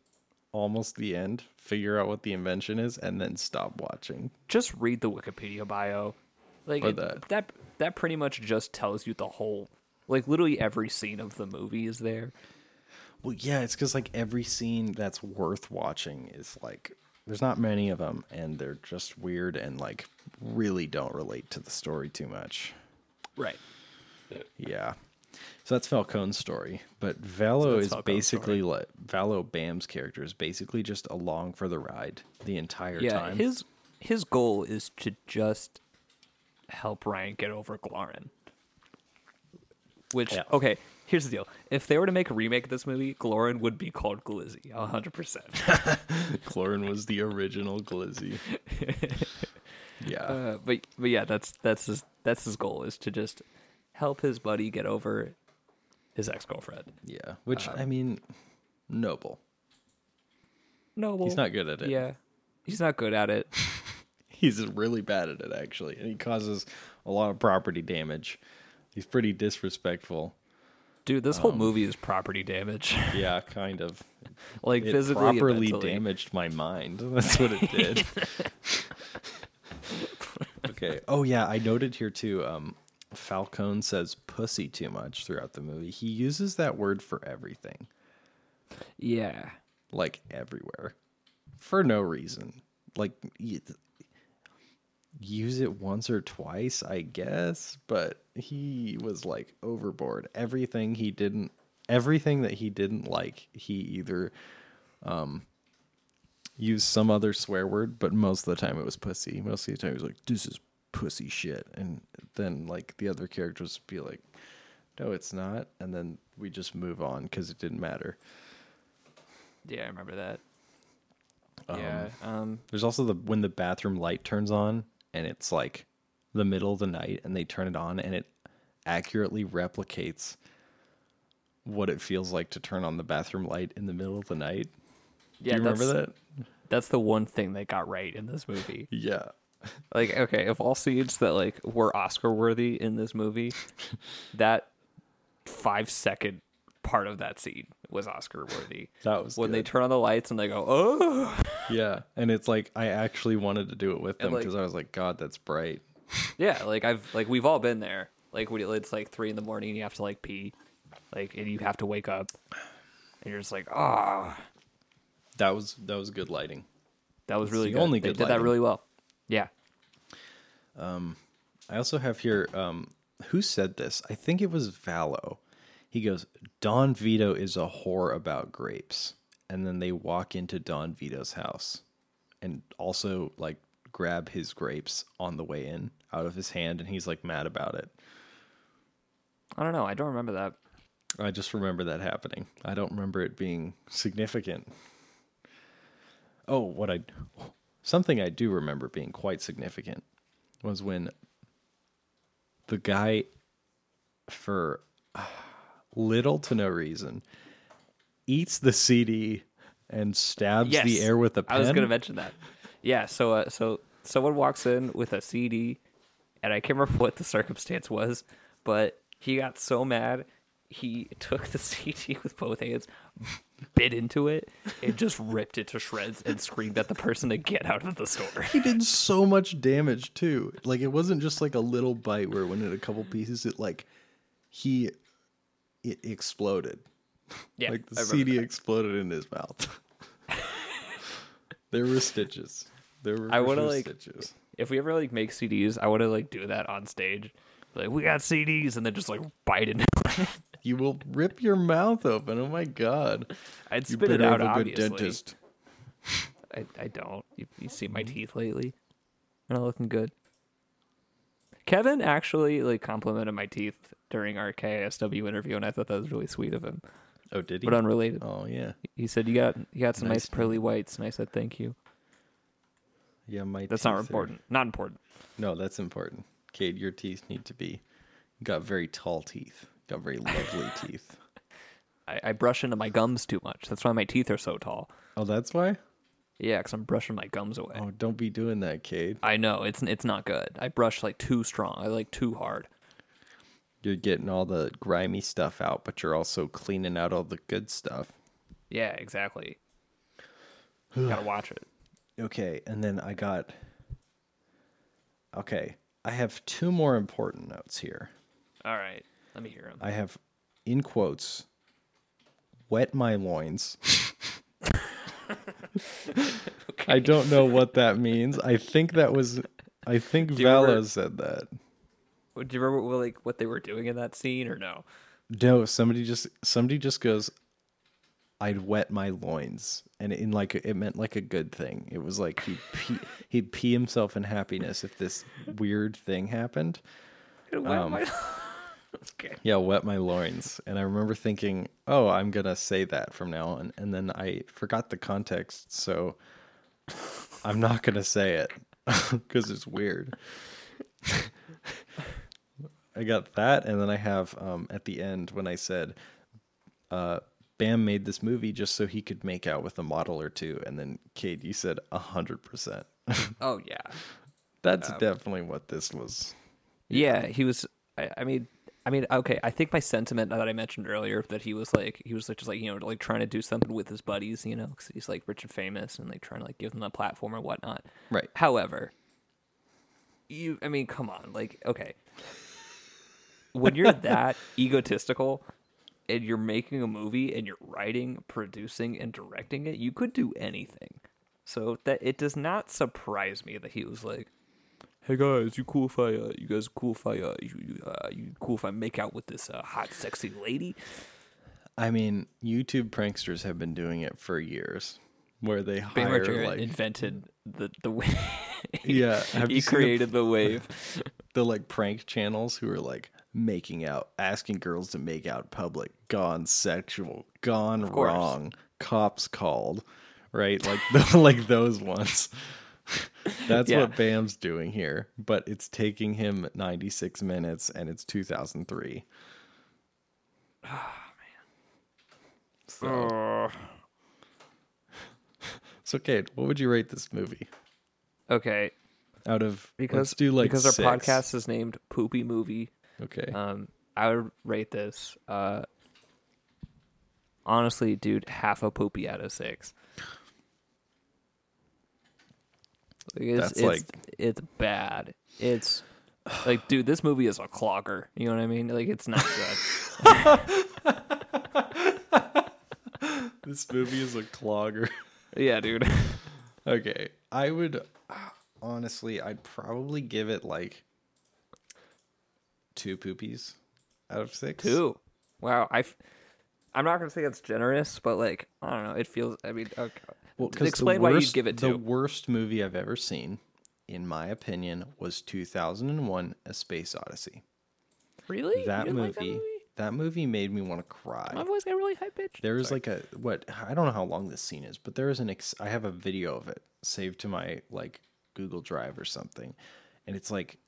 Speaker 2: almost the end, figure out what the invention is, and then stop watching.
Speaker 1: Just read the Wikipedia bio. Like
Speaker 2: Or
Speaker 1: it-
Speaker 2: that.
Speaker 1: that that pretty much just tells you the whole. Like literally every scene of the movie is there.
Speaker 2: Well, yeah, it's because like every scene that's worth watching is like there's not many of them, and they're just weird and like really don't relate to the story too much.
Speaker 1: Right.
Speaker 2: Yeah. So that's Falcone's story, but Valo
Speaker 1: that's
Speaker 2: is
Speaker 1: Falcone's
Speaker 2: basically like Valo Bam's character is basically just along for the ride the entire
Speaker 1: Yeah.
Speaker 2: time.
Speaker 1: His his goal is to just help Ryan get over Glorin. Which
Speaker 2: Yeah.
Speaker 1: okay, here's the deal. If they were to make a remake of this movie, Glorin would be called Glizzy, hundred percent.
Speaker 2: Clorin was the
Speaker 1: (laughs)
Speaker 2: original Glizzy. yeah.
Speaker 1: Uh, but but yeah, that's that's his that's his goal is to just help his buddy get over his ex girlfriend.
Speaker 2: yeah.
Speaker 1: um,
Speaker 2: Which I mean noble.
Speaker 1: No, well,
Speaker 2: He's not good at it.
Speaker 1: Yeah, he's not good at it.
Speaker 2: He's really bad at it actually, and he causes a lot of property damage. He's pretty disrespectful.
Speaker 1: Dude, this
Speaker 2: Um,
Speaker 1: whole movie is property damage. (laughs)
Speaker 2: Yeah, kind of.
Speaker 1: like
Speaker 2: It
Speaker 1: physically, and
Speaker 2: properly
Speaker 1: mentally.
Speaker 2: damaged my mind. (laughs) That's what
Speaker 1: (laughs)
Speaker 2: it did. okay. Oh yeah, I noted here too. Um, Falcone says "pussy" too much throughout the movie. He uses that word for everything,
Speaker 1: Yeah,
Speaker 2: like everywhere, for no reason. Like, y- use it once or twice, I guess. But he was like overboard. Everything he didn't, everything that he didn't like, he either use some other swear word, but most of the time it was pussy. Most of the time he was like, "This is pussy shit," and then like the other characters would be like, "No, it's not," and then we just move on because it didn't matter.
Speaker 1: yeah, I remember that. yeah, um,
Speaker 2: There's also the when the bathroom light turns on and it's like the middle of the night and they turn it on and it accurately replicates what it feels like to turn on the bathroom light in the middle of the night.
Speaker 1: yeah.
Speaker 2: Do you remember
Speaker 1: that's,
Speaker 2: that?
Speaker 1: That's the one thing they got right in this
Speaker 2: (laughs)
Speaker 1: movie.
Speaker 2: Yeah.
Speaker 1: like, okay, of all scenes that like were Oscar worthy in this
Speaker 2: (laughs)
Speaker 1: movie, that five second part of that scene was Oscar worthy.
Speaker 2: That was
Speaker 1: when they
Speaker 2: good.
Speaker 1: turn on the lights and they go, oh,
Speaker 2: Yeah, and it's like I actually wanted to do it with them
Speaker 1: like-
Speaker 2: because I was like, God, that's bright.
Speaker 1: yeah. Like I've like we've all been there. Like when it's like three in the morning, and you have to like pee, like and you have to wake up, and you're just like, ah,
Speaker 2: That was that was good lighting.
Speaker 1: that was really
Speaker 2: the
Speaker 1: good.
Speaker 2: only
Speaker 1: they
Speaker 2: good
Speaker 1: did that
Speaker 2: lighting.
Speaker 1: really well. Yeah,
Speaker 2: I also have here, um, who said this? I think it was Vallo. He goes, Don Vito is a whore about grapes, and then they walk into Don Vito's house, and also like grab his grapes on the way in out of his hand, and he's like mad about it.
Speaker 1: I don't know. I don't remember that.
Speaker 2: I just remember that happening. I don't remember it being significant. Oh, what I something I do remember being quite significant was when the guy for little to no reason eats the CD and stabs
Speaker 1: yes.
Speaker 2: the air with a pen.
Speaker 1: I was going to mention that. Yeah. So, uh, so someone walks in with a CD, and I can't remember what the circumstance was, but he got so mad he took the (laughs) CD with both hands, bit into it, and just ripped it to shreds and screamed at the person to get out of the
Speaker 2: (laughs)
Speaker 1: store.
Speaker 2: he did so much damage too. Like it wasn't just like a little bite where it went in a couple pieces. It like he it exploded.
Speaker 1: Yeah,
Speaker 2: like the
Speaker 1: I remember
Speaker 2: CD
Speaker 1: that.
Speaker 2: exploded in his mouth. (laughs) there were stitches. There were
Speaker 1: I
Speaker 2: for
Speaker 1: wanna,
Speaker 2: sure
Speaker 1: like-
Speaker 2: stitches.
Speaker 1: If we ever like make CDs, I want to like do that on stage. Like we got CDs, and then just like bite it.
Speaker 2: You will rip your mouth open. Oh my god.
Speaker 1: I'd
Speaker 2: You
Speaker 1: spit it
Speaker 2: better
Speaker 1: out.
Speaker 2: have a good
Speaker 1: Obviously,
Speaker 2: dentist.
Speaker 1: I, I don't. You, you see
Speaker 2: Mm-hmm.
Speaker 1: my teeth lately? They're not looking good. Kevin actually like complimented my teeth during our KSW interview, and I thought that was really sweet of him.
Speaker 2: Oh, did he?
Speaker 1: But unrelated,
Speaker 2: oh yeah.
Speaker 1: he said you got you got some nice,
Speaker 2: Nice
Speaker 1: pearly whites, and I said thank you.
Speaker 2: Yeah, my
Speaker 1: That's not
Speaker 2: teeth are-
Speaker 1: important. Not important.
Speaker 2: No, that's important. Cade, your teeth need to be you got very tall teeth. You Got very
Speaker 1: (laughs)
Speaker 2: lovely teeth.
Speaker 1: I, I brush into my gums too much. That's why my teeth are so tall.
Speaker 2: Oh, that's why?
Speaker 1: Yeah, because I'm brushing my gums away.
Speaker 2: Oh, don't be doing that, Cade.
Speaker 1: I know it's it's not good. I brush like too strong. I like too hard.
Speaker 2: You're getting all the grimy stuff out, but you're also cleaning out all the good stuff.
Speaker 1: Yeah,
Speaker 2: (sighs)
Speaker 1: exactly. Gotta watch it.
Speaker 2: Okay, and then I got Okay, I have two more important notes here.
Speaker 1: All right, let me hear him.
Speaker 2: I have in quotes wet my
Speaker 1: (laughs)
Speaker 2: loins. I don't know what that means. I think that was I think
Speaker 1: you
Speaker 2: Vala
Speaker 1: remember-
Speaker 2: said that.
Speaker 1: Do you remember what, like what they were doing in that scene or no?
Speaker 2: No, somebody just somebody just goes I'd wet my loins and in like it meant like a good thing. It was like he'd pee, he'd pee himself in happiness if this weird thing happened.
Speaker 1: Um, okay.
Speaker 2: Yeah, wet my loins. And I remember thinking, oh, I'm going to say that from now on. And then I forgot the context. So I'm not going to say it (laughs) because it's weird. (laughs) I got that. And then I have um, at the end when I said, uh, Bam made this movie just so he could make out with a model or two. And then, Cade, you said 100%.
Speaker 1: Oh yeah,
Speaker 2: (laughs) That's definitely what this was.
Speaker 1: yeah. He was. I, I mean, I mean, okay. I think my sentiment that I mentioned earlier that he was like he was like just like you know like trying to do something with his buddies, you know, because he's like rich and famous and like trying to like give them a platform or whatnot.
Speaker 2: Right.
Speaker 1: However, you. I mean, come on. Like, okay. When you're that egotistical. And you're making a movie, and you're writing, producing, and directing it. You could do anything. So that it does not surprise me that he was like, "Hey guys, you cool if I, uh, you guys cool if I, uh, you, you, uh, you cool if I make out with this uh, hot, sexy lady?"
Speaker 2: I mean, YouTube pranksters have been doing it for years, where they
Speaker 1: Bam
Speaker 2: hire
Speaker 1: Margera (laughs)
Speaker 2: like
Speaker 1: invented the the (laughs) wave.
Speaker 2: yeah, have
Speaker 1: he
Speaker 2: you created
Speaker 1: created the (laughs) wave.
Speaker 2: the, like prank channels who are like making out, asking girls to make out in public, gone sexual, gone
Speaker 1: course.
Speaker 2: wrong, cops called, right? Like (laughs) the, like those ones. (laughs) That's
Speaker 1: Yeah.
Speaker 2: what Bam's doing here, but it's taking him 96 minutes and it's 2003. Oh, man. So, so Kate, what would you rate this movie?
Speaker 1: okay,
Speaker 2: Out of
Speaker 1: because
Speaker 2: let's do like
Speaker 1: because our
Speaker 2: six.
Speaker 1: podcast is named Poopy Movie.
Speaker 2: Okay.
Speaker 1: Um, I would rate this. Uh, honestly, dude, half a poopy out of six. Like, it's,
Speaker 2: That's
Speaker 1: it's, it's bad. It's like, dude, this movie is a clogger. You know what I mean? Like, it's not
Speaker 2: (laughs)
Speaker 1: good.
Speaker 2: this movie is a clogger. (laughs)
Speaker 1: yeah, dude.
Speaker 2: okay. I would honestly, I'd probably give it like two poopies out of six.
Speaker 1: Two. Wow. I. F- I'm not gonna say it's generous, but like, I don't know. It feels. I mean, okay.
Speaker 2: Well, 'cause the
Speaker 1: explain why
Speaker 2: worst-
Speaker 1: you'd give it
Speaker 2: The
Speaker 1: two.
Speaker 2: worst movie I've ever seen, in my opinion, was 2001: A Space Odyssey.
Speaker 1: really? You
Speaker 2: That
Speaker 1: didn't
Speaker 2: movie,
Speaker 1: like
Speaker 2: that movie, made me want to cry.
Speaker 1: My voice got really high pitched.
Speaker 2: There is like a what I don't know how long this scene is, but there is an ex, I have a video of it saved to my like Google Drive or something, and it's like,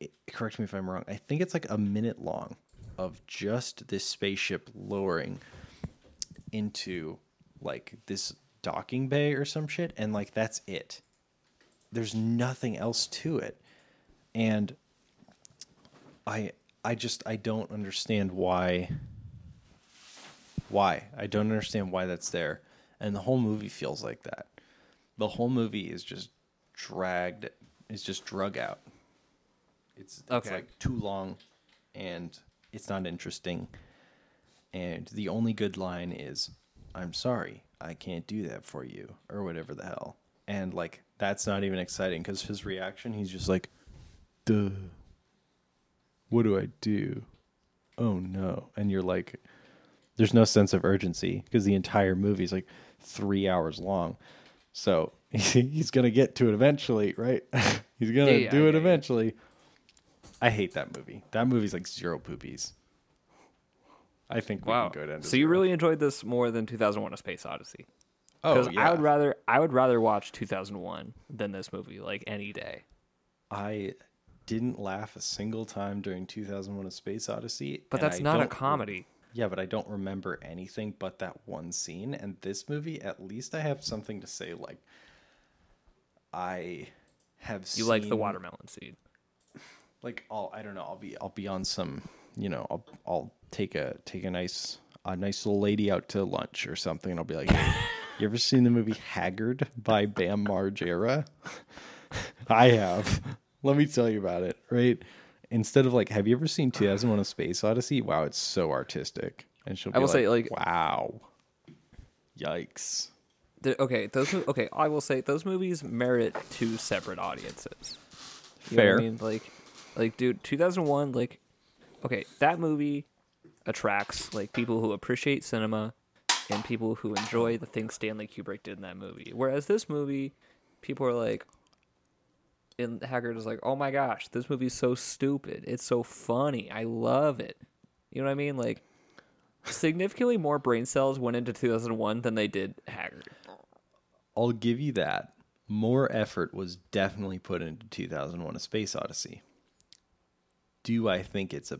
Speaker 2: it, correct me if I'm wrong. I think it's like a minute long of just this spaceship lowering into like this docking bay or some shit, and like that's it. There's nothing else to it, and I I just I don't understand why why i don't understand why that's there and the whole movie feels like that the whole movie is just dragged it's just drug out it's, it's
Speaker 1: Okay.
Speaker 2: like too long and it's not interesting and the only good line is, "I'm sorry, I can't do that for you," or whatever the hell. And like that's not even exciting because his reaction, he's just like, "Duh, what do I do? Oh no!" And you're like, there's no sense of urgency because the entire movie is like three hours long. So (laughs) he's gonna get to it eventually, right? (laughs) he's gonna
Speaker 1: Yeah, yeah,
Speaker 2: do it
Speaker 1: yeah, yeah.
Speaker 2: eventually. I hate that movie. That movie's like zero poopies. I think we
Speaker 1: Wow.
Speaker 2: can go down to
Speaker 1: So you
Speaker 2: zero.
Speaker 1: really enjoyed this more than 2001: A Space Odyssey?
Speaker 2: oh yeah.
Speaker 1: I would rather I would rather watch 2001 than this movie like any day.
Speaker 2: I didn't laugh a single time during 2001: A Space Odyssey.
Speaker 1: But
Speaker 2: and
Speaker 1: that's
Speaker 2: I
Speaker 1: not a
Speaker 2: don't-
Speaker 1: comedy.
Speaker 2: Yeah, but I don't remember anything but that one scene. And this movie, at least I have something to say. Like, I have.
Speaker 1: You like the
Speaker 2: seen-
Speaker 1: watermelon seed.
Speaker 2: Like, I'll I don't know. I'll be I'll be on some. You know, I'll I'll take a take a nice a nice little lady out to lunch or something, and I'll be like, "Hey, "You ever seen the movie Haggard by Bam Margera?" (laughs) I have. Let me tell you about it. Right. Instead of like, have you ever seen 2001: A Space Odyssey? Wow, it's so artistic. And she'll. Be
Speaker 1: I will say, like-
Speaker 2: wow, yikes.
Speaker 1: The- okay, those mo- okay, I will say those movies merit two separate audiences. You know what
Speaker 2: Fair.
Speaker 1: I mean? Like like dude, 2001 like okay, that movie attracts like people who appreciate cinema and people who enjoy the things Stanley Kubrick did in that movie. Whereas this movie people are like and Haggard is like, "Oh my gosh, this movie's so stupid. It's so funny. I love it." You know what I mean? Like significantly more brain cells went into 2001 than they did Haggard.
Speaker 2: I'll give you that. More effort was definitely put into 2001: A Space Odyssey. Do I think it's a?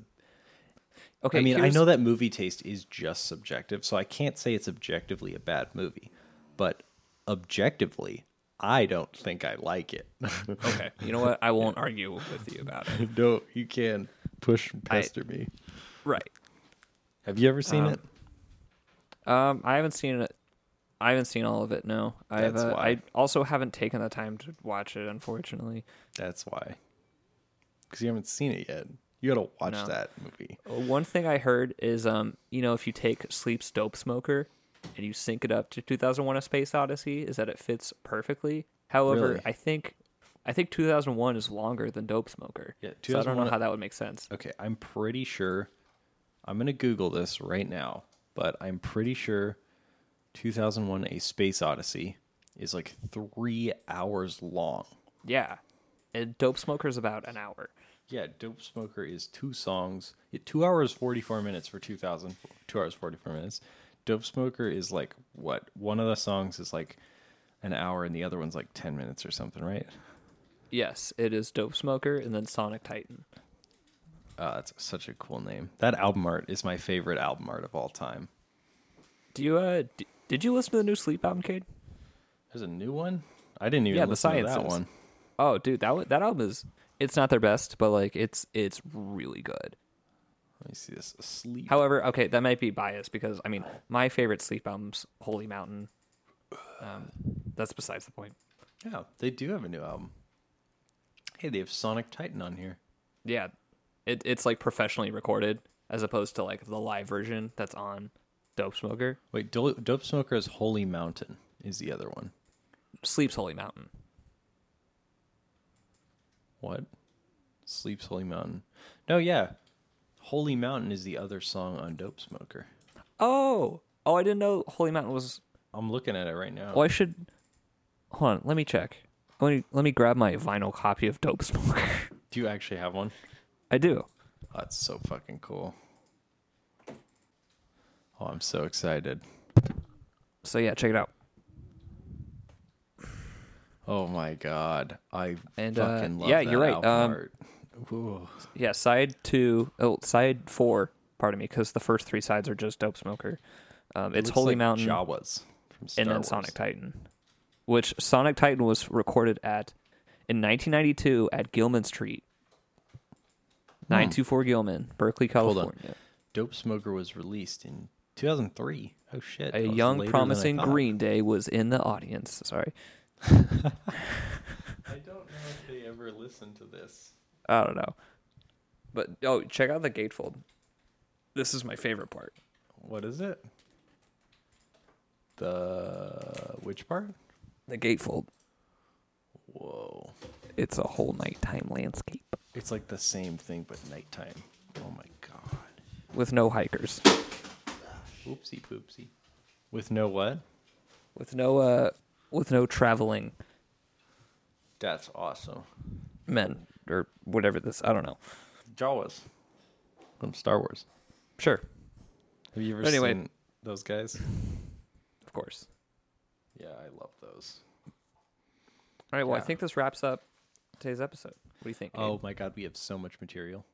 Speaker 2: I
Speaker 1: Okay,
Speaker 2: mean, I
Speaker 1: here's-
Speaker 2: know that movie taste is just subjective, so I can't say it's objectively a bad movie, but objectively, I don't think I like it. (laughs)
Speaker 1: Okay, you know what? I won't argue with you about it.
Speaker 2: no, you can push and
Speaker 1: I-
Speaker 2: pester me.
Speaker 1: Right.
Speaker 2: Have you ever seen it?
Speaker 1: Um, I haven't seen it. I haven't seen all of it. No, I've.
Speaker 2: That's
Speaker 1: Uh,
Speaker 2: why.
Speaker 1: I also haven't taken the time to watch it. Unfortunately,
Speaker 2: That's why, because you haven't seen it yet. You gotta watch
Speaker 1: No.
Speaker 2: that movie.
Speaker 1: Uh, one thing I heard is, um, you know, if you take Sleep's Dope Smoker and you sync it up to 2001: A Space Odyssey, is that it fits perfectly. However,
Speaker 2: Really?
Speaker 1: I think, I think 2001 is longer than Dope Smoker.
Speaker 2: Yeah,
Speaker 1: so I don't know
Speaker 2: 2001
Speaker 1: how that would make sense.
Speaker 2: Okay, I'm pretty sure. I'm going to Google this right now, but I'm pretty sure 2001 A Space Odyssey is like three hours long.
Speaker 1: Yeah, and Dope Smoker's about an hour.
Speaker 2: Yeah, Dope Smoker is two songs, yeah, two hours, 44 minutes for 2000, two hours, 44 minutes. Dope Smoker is like what? One of the songs is like an hour and the other one's like 10 minutes or something, right?
Speaker 1: Yes, it is Dope Smoker and then Sonic Titan.
Speaker 2: Uh, that's such a cool name. That album art is my favorite album art of all time.
Speaker 1: Do you uh d- did you listen to the new Sleep album, Cade?
Speaker 2: There's a new one? I didn't even
Speaker 1: Yeah, the
Speaker 2: listen to that
Speaker 1: Sciences.
Speaker 2: one.
Speaker 1: Oh, dude, that wa- that album is it's not their best, but like it's it's really good.
Speaker 2: Let me see this. Sleep.
Speaker 1: However, okay, that might be biased because I mean my favorite Sleep album's Holy Mountain. Um, that's besides the point.
Speaker 2: yeah, they do have a new album. Hey, they have Sonic Titan on here.
Speaker 1: Yeah, it it's like professionally recorded as opposed to like the live version that's on Dope Smoker.
Speaker 2: Wait, Do- Dope Smoker is Holy Mountain is the other one.
Speaker 1: Sleep's Holy Mountain.
Speaker 2: What? Sleeps Holy Mountain. No, yeah. Holy Mountain is the other song on Dope Smoker.
Speaker 1: Oh, oh, I didn't know Holy Mountain was
Speaker 2: I'm looking at it right now.
Speaker 1: Oh, I should. Hold on. Let me check. Let me let me grab my vinyl copy of Dope Smoker. (laughs)
Speaker 2: Do you actually have one?
Speaker 1: I do.
Speaker 2: Oh, that's so fucking cool. Oh, I'm so excited.
Speaker 1: So yeah, check it out.
Speaker 2: Oh my god. I
Speaker 1: And, uh,
Speaker 2: fucking love
Speaker 1: yeah,
Speaker 2: that
Speaker 1: you're right.
Speaker 2: album
Speaker 1: Um,
Speaker 2: art. Ooh.
Speaker 1: Yeah, side two. Oh, side four. Pardon me, because the first three sides are just Dope Smoker. Um, it's
Speaker 2: Looks
Speaker 1: Holy
Speaker 2: like
Speaker 1: Mountain
Speaker 2: Jawas from Star
Speaker 1: and then
Speaker 2: Wars.
Speaker 1: Sonic Titan, which Sonic Titan was recorded at in 1992 at Gilman Street, 924 Gilman, Berkeley,
Speaker 2: Hmm. Hold on.
Speaker 1: California.
Speaker 2: Dope Smoker was released in 2003. Oh shit.
Speaker 1: A
Speaker 2: that was later
Speaker 1: young,
Speaker 2: than I
Speaker 1: promising
Speaker 2: thought.
Speaker 1: Green Day was in the audience. Sorry.
Speaker 2: I don't know if they ever listened to this.
Speaker 1: I don't know. But oh, check out the gatefold. This is my favorite part.
Speaker 2: What is it? The which part?
Speaker 1: The gatefold.
Speaker 2: Whoa.
Speaker 1: It's a whole nighttime landscape
Speaker 2: It's like the same thing but nighttime. Oh my god.
Speaker 1: with no hikers,
Speaker 2: Oopsie poopsie. With no what?
Speaker 1: with no uh, with no traveling
Speaker 2: That's awesome.
Speaker 1: men or whatever this. I don't know.
Speaker 2: Jawas. From Star Wars.
Speaker 1: Sure,
Speaker 2: Have you ever
Speaker 1: Anyway.
Speaker 2: seen those guys?
Speaker 1: of course.
Speaker 2: Yeah, I love those.
Speaker 1: All right. Well, I
Speaker 2: Yeah.
Speaker 1: think this wraps up today's episode. What do you think? Abe?
Speaker 2: Oh my god, we have so much material.